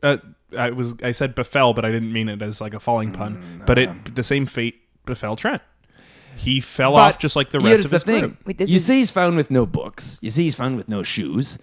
Speaker 1: Uh, I was I said befell, but I didn't mean it as like a falling
Speaker 2: Mm,
Speaker 1: pun. But it the same fate befell Trent. He fell
Speaker 2: But
Speaker 1: off just like the
Speaker 2: here's
Speaker 1: rest of his
Speaker 2: thing.
Speaker 1: group.
Speaker 3: Wait, this
Speaker 2: you
Speaker 3: is-
Speaker 2: say he's found with no books. You say he's found with no shoes.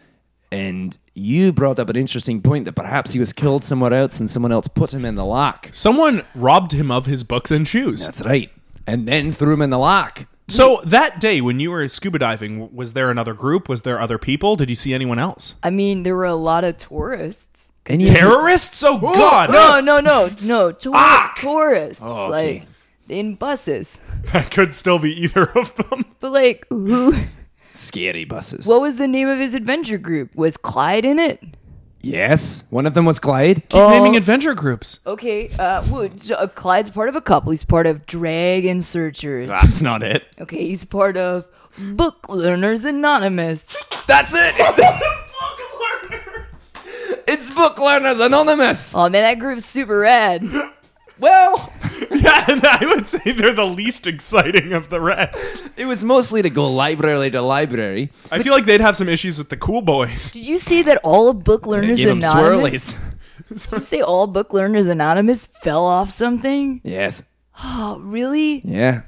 Speaker 2: And you brought up an interesting point that perhaps he was killed somewhere else and someone else put him in the lock.
Speaker 1: Someone robbed him of his books and shoes.
Speaker 2: That's right. And then threw him in the lock.
Speaker 1: So that day when you were scuba diving, w- was there another group? Was there other people? Did you see anyone else?
Speaker 3: I mean, there were a lot of tourists.
Speaker 2: And you
Speaker 1: Terrorists? Oh
Speaker 2: [LAUGHS]
Speaker 1: God!
Speaker 3: No, no, no, no. Tour- Tourists,
Speaker 2: Oh, okay.
Speaker 3: like in buses.
Speaker 1: [LAUGHS] That could still be either of them.
Speaker 3: But like, who?
Speaker 2: scary buses.
Speaker 3: What was the name of his adventure group? Was Clyde in it?
Speaker 2: Yes. One of them was Clyde.
Speaker 3: Oh.
Speaker 1: Keep naming adventure
Speaker 2: [LAUGHS]
Speaker 1: groups.
Speaker 3: Okay, uh, well, J- uh, Clyde's part of a couple. He's part of Dragon Searchers.
Speaker 2: That's not it.
Speaker 3: Okay, he's part of Book Learners Anonymous.
Speaker 2: That's it. It's, it's Book Learners Anonymous.
Speaker 3: Oh man, that group's super rad.
Speaker 2: Well,
Speaker 1: yeah, and I would say they're the least exciting of the rest.
Speaker 2: it was mostly to go library to library.
Speaker 1: I feel like they'd have some issues with the cool boys. [LAUGHS]
Speaker 3: Did you see that all of Book Learners
Speaker 2: Give them
Speaker 3: Anonymous?
Speaker 2: swirlies.
Speaker 3: Did you say all Book Learners Anonymous fell off something?
Speaker 2: Yes.
Speaker 3: Oh, really?
Speaker 2: Yeah.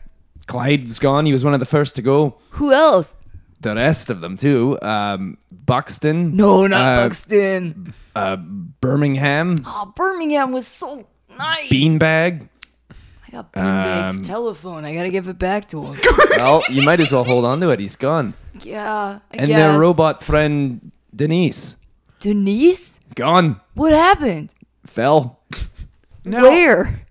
Speaker 2: Clyde's gone. He was one of the first to go.
Speaker 3: Who else?
Speaker 2: The rest of them too. Um, Buxton.
Speaker 3: No, not
Speaker 2: uh,
Speaker 3: Buxton.
Speaker 2: Uh, Birmingham.
Speaker 3: Oh, Birmingham was so nice.
Speaker 2: Beanbag.
Speaker 3: I got Birmingham's
Speaker 2: Um,
Speaker 3: telephone. I gotta give it back
Speaker 2: [LAUGHS]
Speaker 3: to him.
Speaker 2: Well, you might as well hold on to it. He's gone.
Speaker 3: yeah, I
Speaker 2: And
Speaker 3: guess.
Speaker 2: their robot friend Denise.
Speaker 3: Denise?
Speaker 2: Gone.
Speaker 3: What happened?
Speaker 2: Fell.
Speaker 1: Now,
Speaker 3: Where?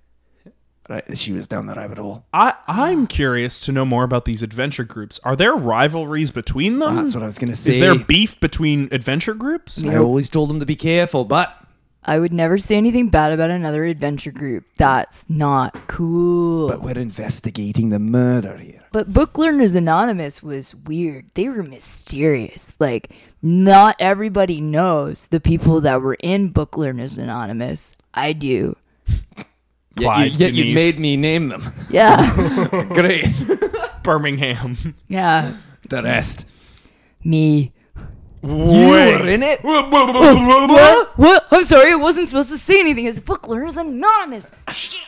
Speaker 2: Right, she was down the rabbit hole.
Speaker 1: I, I'm curious to know more about these adventure groups. Are there rivalries between them?
Speaker 2: That's what I was gonna say.
Speaker 1: Is there beef between adventure groups?
Speaker 2: I always told him to be careful, but
Speaker 3: I would never say anything bad about another adventure group. That's not cool.
Speaker 2: but we're investigating the murder here.
Speaker 3: But Book Learners Anonymous was weird. They were mysterious. Like, not everybody knows the people that were in Book Learners Anonymous. I do.
Speaker 1: Clyde,
Speaker 2: yet you
Speaker 1: Denise.
Speaker 2: made me name them. [LAUGHS]
Speaker 3: Yeah.
Speaker 2: Great.
Speaker 1: Birmingham.
Speaker 3: yeah.
Speaker 2: the rest.
Speaker 3: Me.
Speaker 2: [LAUGHS] You were in it.
Speaker 3: What? What? I'm sorry. I wasn't supposed to say anything. It's Book Learners Anonymous. Shit.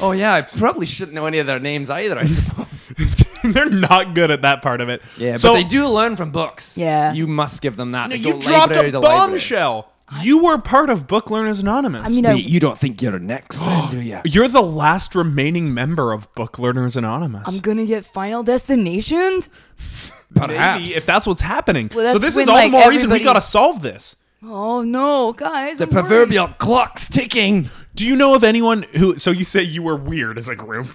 Speaker 2: Oh yeah, I probably shouldn't know any of their names [LAUGHS] either. I suppose.
Speaker 1: [LAUGHS] They're not good at that part of it.
Speaker 2: Yeah,
Speaker 1: so
Speaker 2: but they do learn from books.
Speaker 3: Yeah.
Speaker 2: you must give them that. They
Speaker 1: You
Speaker 2: go
Speaker 1: dropped
Speaker 2: library
Speaker 1: a
Speaker 2: to library.
Speaker 1: bombshell. You were part of Book Learners Anonymous.
Speaker 3: I mean,
Speaker 2: Wait,
Speaker 3: I,
Speaker 2: you don't think you're next, [GASPS] then, do you?
Speaker 1: You're the last remaining member of Book Learners Anonymous.
Speaker 3: I'm gonna get Final Destination.
Speaker 2: Perhaps.
Speaker 1: Maybe if that's what's happening.
Speaker 3: Well,
Speaker 1: so
Speaker 3: that's
Speaker 1: this is
Speaker 3: when,
Speaker 1: all the
Speaker 3: like,
Speaker 1: more reason we
Speaker 3: everybody-
Speaker 1: gotta solve this.
Speaker 3: Oh no, guys.
Speaker 2: the proverbial clock's ticking.
Speaker 1: Do you know of anyone who? So you say you were weird as a group.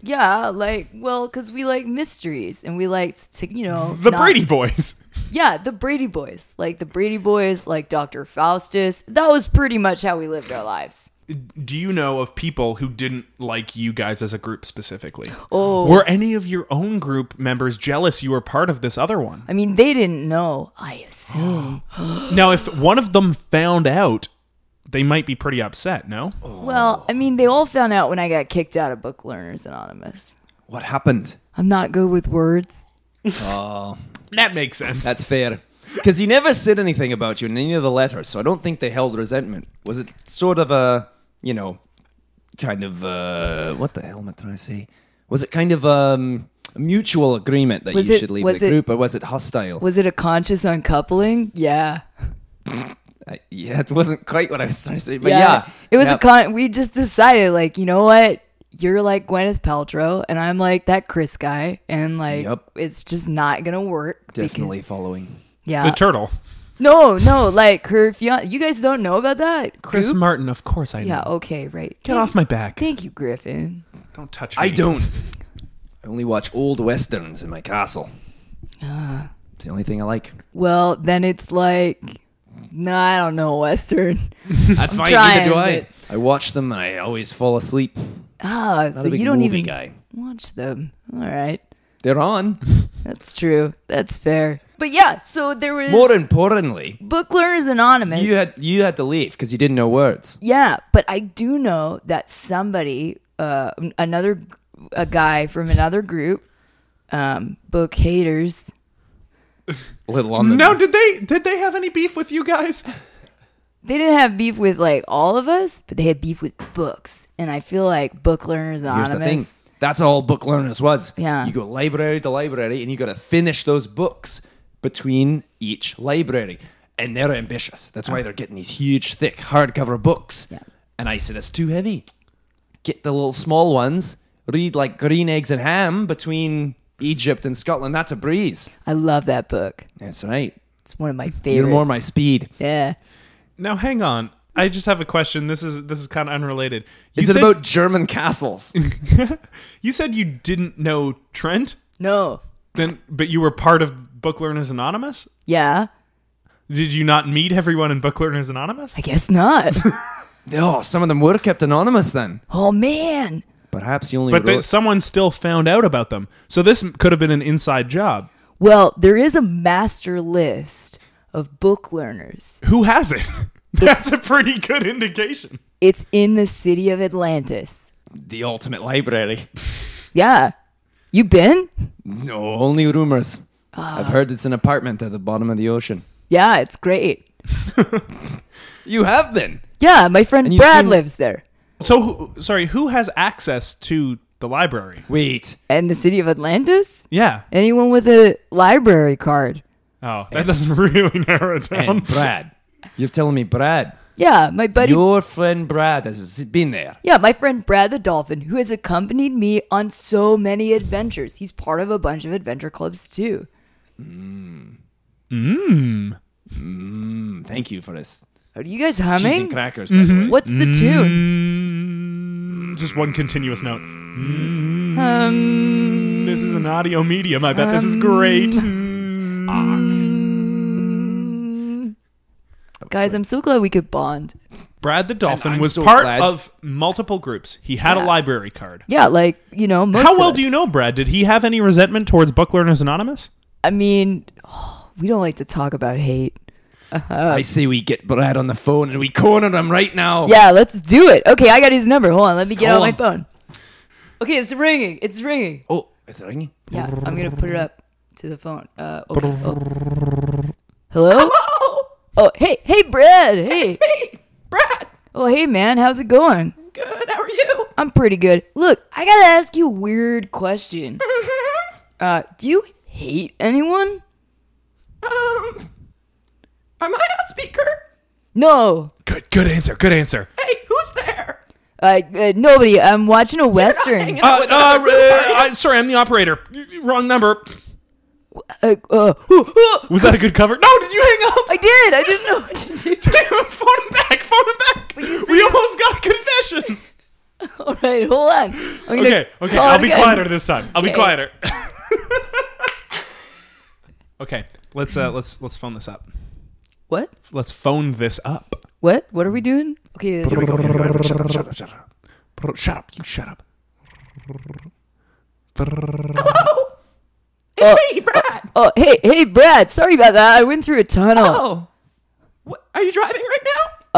Speaker 3: Yeah, like well, because we like mysteries and we like to, you know,
Speaker 1: The
Speaker 3: not-
Speaker 1: Brady Boys.
Speaker 3: Yeah, the Brady Boys, like the Brady Boys, like Doctor Faustus. That was pretty much how we lived our lives.
Speaker 1: Do you know of people who didn't like you guys as a group specifically?
Speaker 3: Oh.
Speaker 1: Were any of your own group members jealous you were part of this other
Speaker 3: [GASPS]
Speaker 1: one?
Speaker 3: I mean, they didn't know. I assume.
Speaker 1: Now, if one of them found out, they might be pretty upset, no?
Speaker 3: Well, I mean, they all found out when I got kicked out of Book Learners Anonymous.
Speaker 2: What happened?
Speaker 3: I'm not good with words.
Speaker 1: That makes sense.
Speaker 2: That's fair. Because you never said anything about you in any of the letters, so I don't think they held resentment. Was it sort of a, you know, kind of uh, what the hell am I trying to say? Was it kind of um, a mutual agreement that
Speaker 3: Was
Speaker 2: you
Speaker 3: it-
Speaker 2: should leave
Speaker 3: was
Speaker 2: the
Speaker 3: it-
Speaker 2: group, or was it hostile?
Speaker 3: Was it a conscious uncoupling? Yeah.
Speaker 2: I, Uh, yeah, it wasn't quite what I was trying to say, but yeah,
Speaker 3: It was
Speaker 2: Yeah.
Speaker 3: a con. We just decided, like, you know what? You're like Gwyneth Paltrow, and I'm like that Chris guy, and like
Speaker 2: Yep.
Speaker 3: it's just not gonna work.
Speaker 2: definitely
Speaker 3: Because,
Speaker 2: following.
Speaker 3: yeah.
Speaker 1: the turtle.
Speaker 3: no, no. Like her fiance. You guys don't know about that.
Speaker 1: Chris
Speaker 3: group?
Speaker 1: Martin, of course I know.
Speaker 3: Yeah. Okay. Right.
Speaker 1: Get off my back.
Speaker 3: Thank you, Griffin.
Speaker 1: Don't touch me.
Speaker 2: I don't. I only watch old westerns in my castle.
Speaker 3: Ah.
Speaker 2: It's the only thing I
Speaker 3: [LAUGHS]
Speaker 2: like.
Speaker 3: Well, then it's like, no, I don't know Western.
Speaker 2: That's fine.
Speaker 3: trying,
Speaker 2: neither do I.
Speaker 3: but-
Speaker 2: I watch them. and I always fall asleep.
Speaker 3: Ah,
Speaker 2: Not
Speaker 3: so
Speaker 2: a big
Speaker 3: you don't
Speaker 2: movie
Speaker 3: even
Speaker 2: guy.
Speaker 3: watch them. All right.
Speaker 2: They're on.
Speaker 3: That's true. That's fair. But yeah, so there was
Speaker 2: More importantly,
Speaker 3: Book Learners Anonymous.
Speaker 2: you had you had to leave because you didn't know words.
Speaker 3: Yeah, but I do know that somebody, uh, another a guy from another group, um, book haters.
Speaker 2: A little on the
Speaker 1: Now, did they did they have any beef with you guys?
Speaker 3: They didn't have beef with like all of us, but they had beef with books, and I feel like Book Learners
Speaker 2: Here's
Speaker 3: Anonymous.
Speaker 2: the thing. That's all book learners was.
Speaker 3: Yeah.
Speaker 2: You go library to library and you got to finish those books between each library. And they're ambitious. That's why they're getting these huge, thick, hardcover books.
Speaker 3: Yeah.
Speaker 2: And I said, it's too heavy. Get the little small ones. Read like Green Eggs and Ham between Egypt and Scotland. That's a breeze.
Speaker 3: I love that book.
Speaker 2: That's right.
Speaker 3: It's one of my favorites.
Speaker 2: You're more my speed.
Speaker 3: yeah.
Speaker 1: Now, hang on. I just have a question. This is this is kind of unrelated. You
Speaker 2: Is it
Speaker 1: said,
Speaker 2: about German
Speaker 1: [LAUGHS]
Speaker 2: castles?
Speaker 1: you said you didn't know Trent,
Speaker 3: No.
Speaker 1: then, but you were part of Book Learners Anonymous.
Speaker 3: Yeah.
Speaker 1: Did you not meet everyone in Book Learners Anonymous?
Speaker 3: I guess not. [LAUGHS]
Speaker 2: Oh, some of them were kept anonymous then.
Speaker 3: oh man.
Speaker 2: Perhaps you only
Speaker 1: But
Speaker 2: wrote.
Speaker 1: that someone still found out about them. So this m- could have been an inside job.
Speaker 3: Well, there is a master list of book learners.
Speaker 1: Who has it? [LAUGHS] That's a pretty good indication.
Speaker 3: It's in the city of Atlantis.
Speaker 2: the ultimate library.
Speaker 3: Yeah. You been?
Speaker 2: No, only rumors. I've heard it's an apartment at the bottom of the ocean.
Speaker 3: Yeah, it's great.
Speaker 2: You have been.
Speaker 3: Yeah, my friend
Speaker 2: you've
Speaker 3: Brad
Speaker 2: seen-
Speaker 3: lives there.
Speaker 1: So, who, sorry, who has access to the library?
Speaker 2: Wait.
Speaker 3: And the city of Atlantis?
Speaker 1: Yeah.
Speaker 3: Anyone with a library card.
Speaker 1: Oh, that doesn't [LAUGHS] really narrow it down. [LAUGHS]
Speaker 2: And Brad. You're telling me Brad.
Speaker 3: Yeah, my buddy
Speaker 2: Your friend Brad has been there.
Speaker 3: Yeah, my friend Brad the Dolphin, who has accompanied me on so many adventures. He's part of a bunch of adventure clubs too.
Speaker 2: Mm, Thank you for this.
Speaker 3: Are you guys
Speaker 2: Cheese and
Speaker 3: humming?
Speaker 2: crackers, by the way.
Speaker 3: What's the tune?
Speaker 1: Mm, just one continuous note. Mm.
Speaker 3: Um,
Speaker 1: This is an audio medium. I bet this is great.
Speaker 3: Guys, I'm so glad we could bond.
Speaker 1: Brad the Dolphin
Speaker 2: I'm
Speaker 1: was
Speaker 2: so
Speaker 1: part
Speaker 2: glad-
Speaker 1: of multiple groups. He had a
Speaker 3: Yeah.
Speaker 1: library card.
Speaker 3: Yeah, like, you know, most
Speaker 1: How well do you know Brad? Did he have any resentment towards Book Learners Anonymous?
Speaker 3: I mean, [SIGHS] we don't like to talk about hate.
Speaker 2: I say we get Brad on the phone and we corner him right now.
Speaker 3: Yeah, let's do it. Okay, I got his number. Hold on, let me get
Speaker 2: Call
Speaker 3: on my
Speaker 2: him.
Speaker 3: phone. Okay, it's ringing. It's ringing.
Speaker 2: Oh, is it ringing?
Speaker 3: Yeah, I'm gonna put it up to the phone. Uh, okay. oh. Hello? [LAUGHS] Oh, hey, hey, Brad. Hey.
Speaker 2: me, Brad.
Speaker 3: Oh, hey, man. How's it going?
Speaker 2: Good. How are you?
Speaker 3: I'm pretty good. Look, I gotta ask you a weird question.
Speaker 2: Mm-hmm.
Speaker 3: Uh, do you hate anyone?
Speaker 2: Um, am I on speaker?
Speaker 3: No.
Speaker 1: Good, good answer. Good answer.
Speaker 2: Hey, who's there?
Speaker 3: Uh, uh, nobody. I'm watching a western.
Speaker 1: [LAUGHS] Uh, uh, uh, sorry, I'm the operator. Wrong number.
Speaker 3: Uh, uh, [GASPS] oh, oh.
Speaker 1: Was that a good cover? No, did you hang up? [LAUGHS]
Speaker 3: I did. I didn't know what to [LAUGHS] do.
Speaker 1: phone him back. Phone him back.
Speaker 3: you
Speaker 1: We almost got a confession.
Speaker 3: [LAUGHS] All right, hold on. I'm gonna
Speaker 1: Okay, okay.
Speaker 3: call
Speaker 1: I'll
Speaker 3: it
Speaker 1: be
Speaker 3: again.
Speaker 1: quieter this time. I'll be
Speaker 3: Okay.
Speaker 1: quieter. [LAUGHS] okay, let's uh, let's let's phone this up.
Speaker 3: What?
Speaker 1: Let's phone this up.
Speaker 3: What? What are we doing? Okay. it's-
Speaker 1: [LAUGHS]
Speaker 2: Shut up, shut up, shut up.
Speaker 1: Shut up! You shut up.
Speaker 2: Uh,
Speaker 3: Oh,
Speaker 2: Hey, Brad.
Speaker 3: oh, hey, hey, Brad. Sorry about that. I went through a tunnel.
Speaker 2: Oh, what, are you driving right now?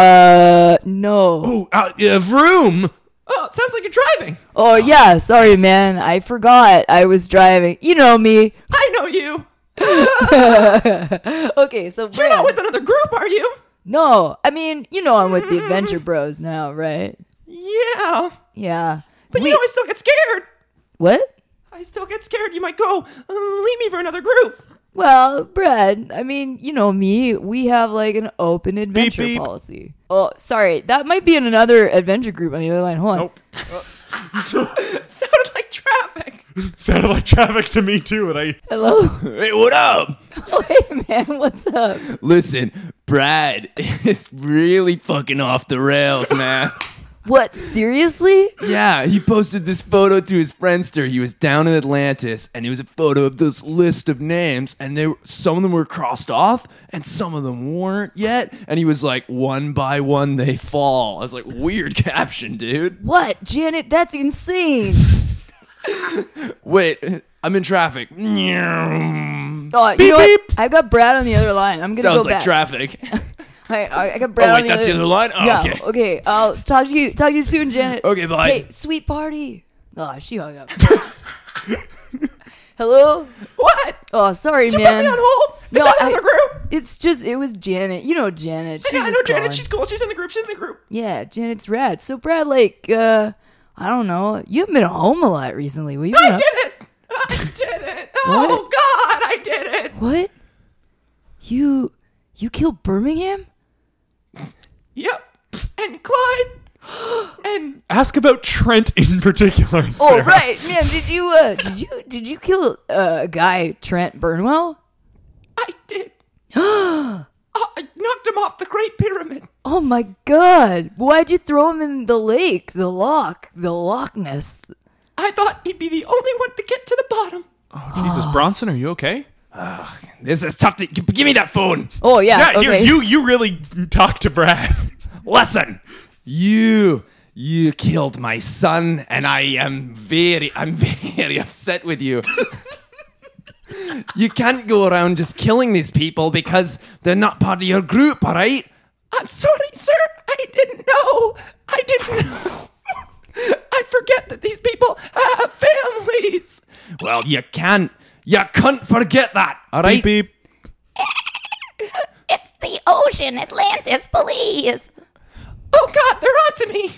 Speaker 3: Uh, no.
Speaker 1: Oh, uh, uh, vroom!
Speaker 2: Oh, it sounds like you're driving.
Speaker 3: Oh, yeah. Sorry, man. I forgot I was driving. You know me. [LAUGHS]
Speaker 2: I know you.
Speaker 3: Okay, so
Speaker 2: You're
Speaker 3: Brad.
Speaker 2: not with another group, are you?
Speaker 3: no, I mean, you know I'm with the Adventure Bros now, right?
Speaker 2: Yeah.
Speaker 3: Yeah.
Speaker 2: But
Speaker 3: We-
Speaker 2: you know, I still get scared.
Speaker 3: what?
Speaker 2: I still get scared. You might go uh, leave me for another group. [LAUGHS]
Speaker 3: Well, Brad, I mean, you know me. We have like an open adventure
Speaker 1: beep.
Speaker 3: policy. Oh, sorry. That might be in another adventure group on the other line. Hold on.
Speaker 1: Nope.
Speaker 2: Sounded like traffic.
Speaker 1: Sounded like traffic to me too, and I
Speaker 3: [LAUGHS] Hello.
Speaker 2: [LAUGHS] Hey, what up?
Speaker 3: oh, hey, man. What's up?
Speaker 2: Listen, Brad [LAUGHS] is really fucking off the rails, [LAUGHS] man.
Speaker 3: What? Seriously?
Speaker 2: yeah, he posted this photo to his friendster. He was down in Atlantis, and it was a photo of this list of names, and they were, some of them were crossed off, and some of them weren't yet. And he was like, one by one, they fall. I was like, weird [LAUGHS] caption, dude.
Speaker 3: What, Janet? That's insane.
Speaker 2: Wait, I'm in traffic. Sounds
Speaker 3: Oh, you know what? I've got Brad on the other line. I'm gonna go
Speaker 2: like
Speaker 3: back. [LAUGHS]
Speaker 2: traffic. [LAUGHS]
Speaker 3: I, I, I got Brad
Speaker 2: Oh, wait,
Speaker 3: on the
Speaker 2: that's
Speaker 3: other
Speaker 2: the other line? Oh,
Speaker 3: yeah.
Speaker 2: okay.
Speaker 3: I'll talk to you. Talk to you soon, Janet.
Speaker 2: [LAUGHS] Okay, bye.
Speaker 3: Hey, sweet party. Oh, she hung up. [LAUGHS] Hello.
Speaker 2: what?
Speaker 3: Oh, sorry,
Speaker 2: You put
Speaker 3: man.
Speaker 2: me on hold? Is
Speaker 3: No,
Speaker 2: that
Speaker 3: I-
Speaker 2: another group?
Speaker 3: It's just it was Janet. You know Janet. She
Speaker 2: Yeah, I
Speaker 3: was
Speaker 2: know
Speaker 3: just
Speaker 2: Janet.
Speaker 3: calling.
Speaker 2: She's cool. She's in the group. She's in the group. [LAUGHS]
Speaker 3: Yeah, Janet's rad. So Brad, like, uh, I don't know. You haven't been home a lot recently. Well, you
Speaker 2: I
Speaker 3: been up-
Speaker 2: did it. I did it. Oh,
Speaker 3: What?
Speaker 2: God, I did it.
Speaker 3: What? You you killed Birmingham?
Speaker 2: Yep. And Clyde. And
Speaker 1: ask about Trent in particular.
Speaker 3: Oh
Speaker 1: Sarah.
Speaker 3: right, [LAUGHS] man. Did you uh did you did you kill uh, a guy Trent Burnwell?
Speaker 2: I
Speaker 3: [GASPS]
Speaker 2: did. I knocked him off the Great Pyramid.
Speaker 3: Oh my god! Why'd you throw him in the lake, the lock, the Loch Ness?
Speaker 2: I thought he'd be the only one to get to the bottom.
Speaker 1: Jesus, Bronson, are you okay?
Speaker 2: Ugh, this is tough to g- give me that phone.
Speaker 3: Oh yeah.
Speaker 1: Yeah,
Speaker 3: okay.
Speaker 1: you, you you really talk to Brad.
Speaker 2: Listen, you you killed my son, and I am very I'm [LAUGHS] very upset with you. [LAUGHS] you can't go around just killing these people because they're not part of your group, all right? I'm sorry, sir. I didn't know. I didn't know. [LAUGHS] I forget that these people have families. Well, you can't. You can't forget that, all right?
Speaker 1: Beep beep.
Speaker 3: It's the ocean, Atlantis, please.
Speaker 2: Oh, God, they're on to me.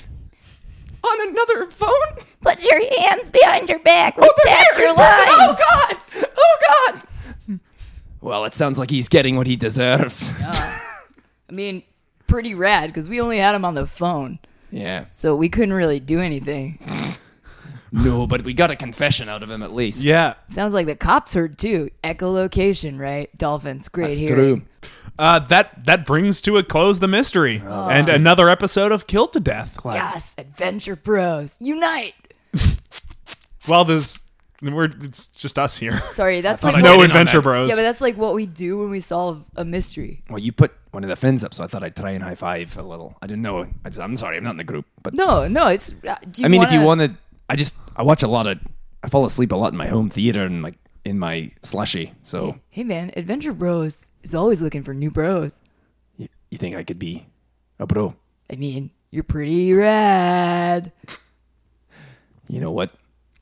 Speaker 2: On another phone?
Speaker 3: Put your hands behind your back. Let's
Speaker 2: They're
Speaker 3: tap
Speaker 2: very
Speaker 3: your
Speaker 2: impressive.
Speaker 3: line.
Speaker 2: Oh god! Oh god! Well, it sounds like he's getting what he deserves.
Speaker 3: I mean, pretty rad because we only had him on the phone,
Speaker 2: [LAUGHS] yeah.
Speaker 3: so we couldn't really do anything.
Speaker 2: No, but we got a confession out of him at least.
Speaker 1: Yeah.
Speaker 3: Sounds like the cops heard too. Echolocation, right? Dolphins, great
Speaker 2: That's
Speaker 3: hearing.
Speaker 2: true.
Speaker 1: Uh, that that brings to a close the mystery and another episode of Killed to Death.
Speaker 3: Yes, adventure pros unite.
Speaker 1: Well, there's we're it's just us here.
Speaker 3: Sorry, that's like
Speaker 1: There's
Speaker 3: what,
Speaker 1: no
Speaker 2: in on
Speaker 1: adventure
Speaker 2: that.
Speaker 1: bros.
Speaker 3: yeah, but that's like what we do when we solve a mystery.
Speaker 2: Well, you put one of the fins up, so I thought I'd try and high five a little. I didn't know. I just, I'm sorry, I'm not in the group. But
Speaker 3: No, no, it's. uh, Do you
Speaker 2: I mean, if you
Speaker 3: wanna-
Speaker 2: want to, I just I watch a lot of. I fall asleep a lot in my home theater and like in my slushy. So
Speaker 3: Hey man, Adventure Bros is always looking for new bros.
Speaker 2: you, you think I could be a bro?
Speaker 3: I mean, you're pretty rad.
Speaker 2: You know what?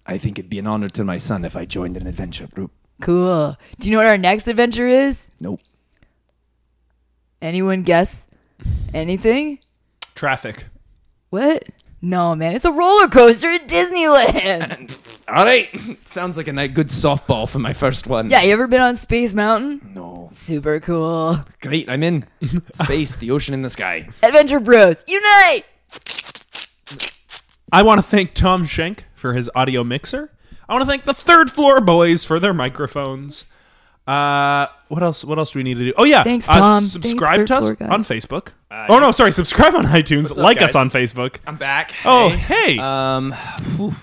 Speaker 2: I think it'd be an honor to my son if I joined an adventure group.
Speaker 3: Cool. Do you know what our next adventure is?
Speaker 2: Nope.
Speaker 3: Anyone guess anything?
Speaker 1: Traffic.
Speaker 3: What? No, man, it's a roller coaster
Speaker 2: [LAUGHS]
Speaker 3: at Disneyland.
Speaker 2: All right. Sounds like a ni- good softball for my first one.
Speaker 3: yeah, you ever been on Space Mountain?
Speaker 2: No.
Speaker 3: Super cool.
Speaker 2: Great. I'm [LAUGHS] in. Space, the ocean, and the sky.
Speaker 3: Adventure Bros, unite!
Speaker 1: I want to thank Tom Schenk for his audio mixer. I want to thank the third floor boys for their microphones. Uh, what else? What else do we need to do? Oh yeah,
Speaker 3: Thanks,
Speaker 1: uh,
Speaker 3: Tom.
Speaker 1: Subscribe
Speaker 3: Thanks,
Speaker 1: to us
Speaker 3: third floor guy.
Speaker 1: on Facebook. oh no, sorry. Subscribe on [LAUGHS] iTunes.
Speaker 2: Uh, up,
Speaker 1: like us
Speaker 2: guys?
Speaker 1: on Facebook.
Speaker 2: I'm back.
Speaker 1: Oh hey,
Speaker 2: Um,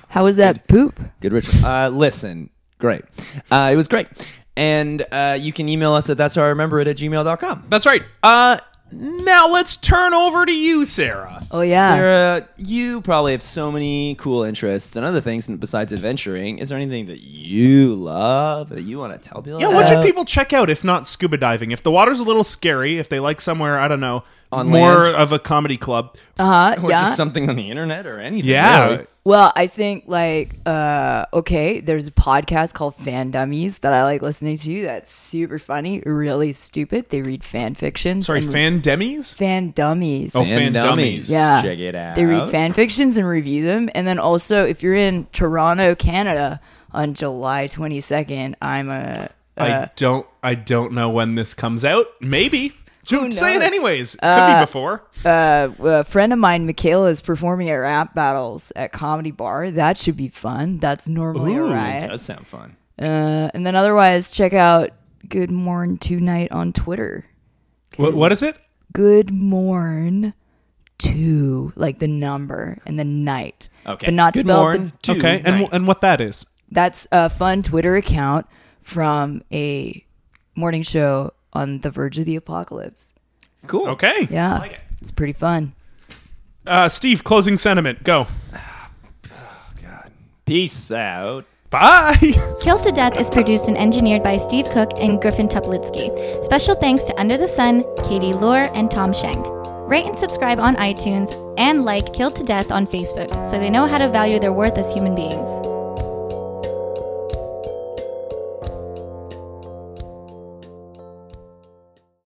Speaker 3: How was that poop?
Speaker 2: good ritual. Uh, listen, great. Uh, it was great. And uh, you can email us at that's how I remember it at gmail.com.
Speaker 1: that's right. Uh, now let's turn over to you, Sarah.
Speaker 3: Oh yeah.
Speaker 2: Sarah, you probably have so many cool interests and other things besides adventuring. Is there anything that you love that you want to tell people?
Speaker 1: Yeah, what
Speaker 3: uh,
Speaker 1: should people check out if not scuba diving? If the water's a little scary, if they like somewhere, I don't know,
Speaker 2: On
Speaker 1: more
Speaker 2: land?
Speaker 1: of a comedy club.
Speaker 3: Uh huh.
Speaker 2: [LAUGHS] Or
Speaker 3: Yeah.
Speaker 2: just something on the internet or anything?
Speaker 1: Yeah.
Speaker 2: really.
Speaker 3: Well, I think like uh okay, there's a podcast called Fan Dummies that I like listening to. That's super funny, really stupid. They read fan fiction.
Speaker 1: Sorry,
Speaker 3: and
Speaker 1: fan demis?
Speaker 3: fan dummies.
Speaker 1: Oh,
Speaker 2: Fan
Speaker 1: fan dummies.
Speaker 2: dummies.
Speaker 3: yeah.
Speaker 2: check it out.
Speaker 3: They read fan fictions and review them. And then also if you're in Toronto, Canada on July 22nd, I'm a
Speaker 1: I don't I don't know when this comes out. Maybe. Who Uh, say it
Speaker 3: knows?
Speaker 1: anyways. Could be before.
Speaker 3: a friend of mine, Michaela, is performing at rap battles at Comedy Bar. That should be fun. That's normally a riot.
Speaker 2: Does sound fun.
Speaker 3: Uh, and then otherwise, check out Good Morn Tonight on Twitter.
Speaker 1: What, what is it?
Speaker 3: Good Morn Two, like the number and the night.
Speaker 2: Okay.
Speaker 3: but not
Speaker 2: Good
Speaker 3: spelled.
Speaker 2: morn
Speaker 3: the-
Speaker 2: to
Speaker 1: okay, and
Speaker 2: night.
Speaker 1: and what that is.
Speaker 3: that's a fun Twitter account from a morning show on the verge of the apocalypse.
Speaker 2: cool.
Speaker 1: Okay.
Speaker 3: Yeah,
Speaker 2: like it.
Speaker 3: it's pretty fun.
Speaker 1: Uh, Steve, closing sentiment. Go.
Speaker 2: God. Peace out.
Speaker 1: Bye. [LAUGHS]
Speaker 4: Kill to Death is produced and engineered by Steve Cook and Griffin Tuplitsky. Special thanks to Under the Sun, Katie Lohr, and Tom Schenk. Rate and subscribe on iTunes and like Kill to Death on Facebook so they know how to value their worth as human beings.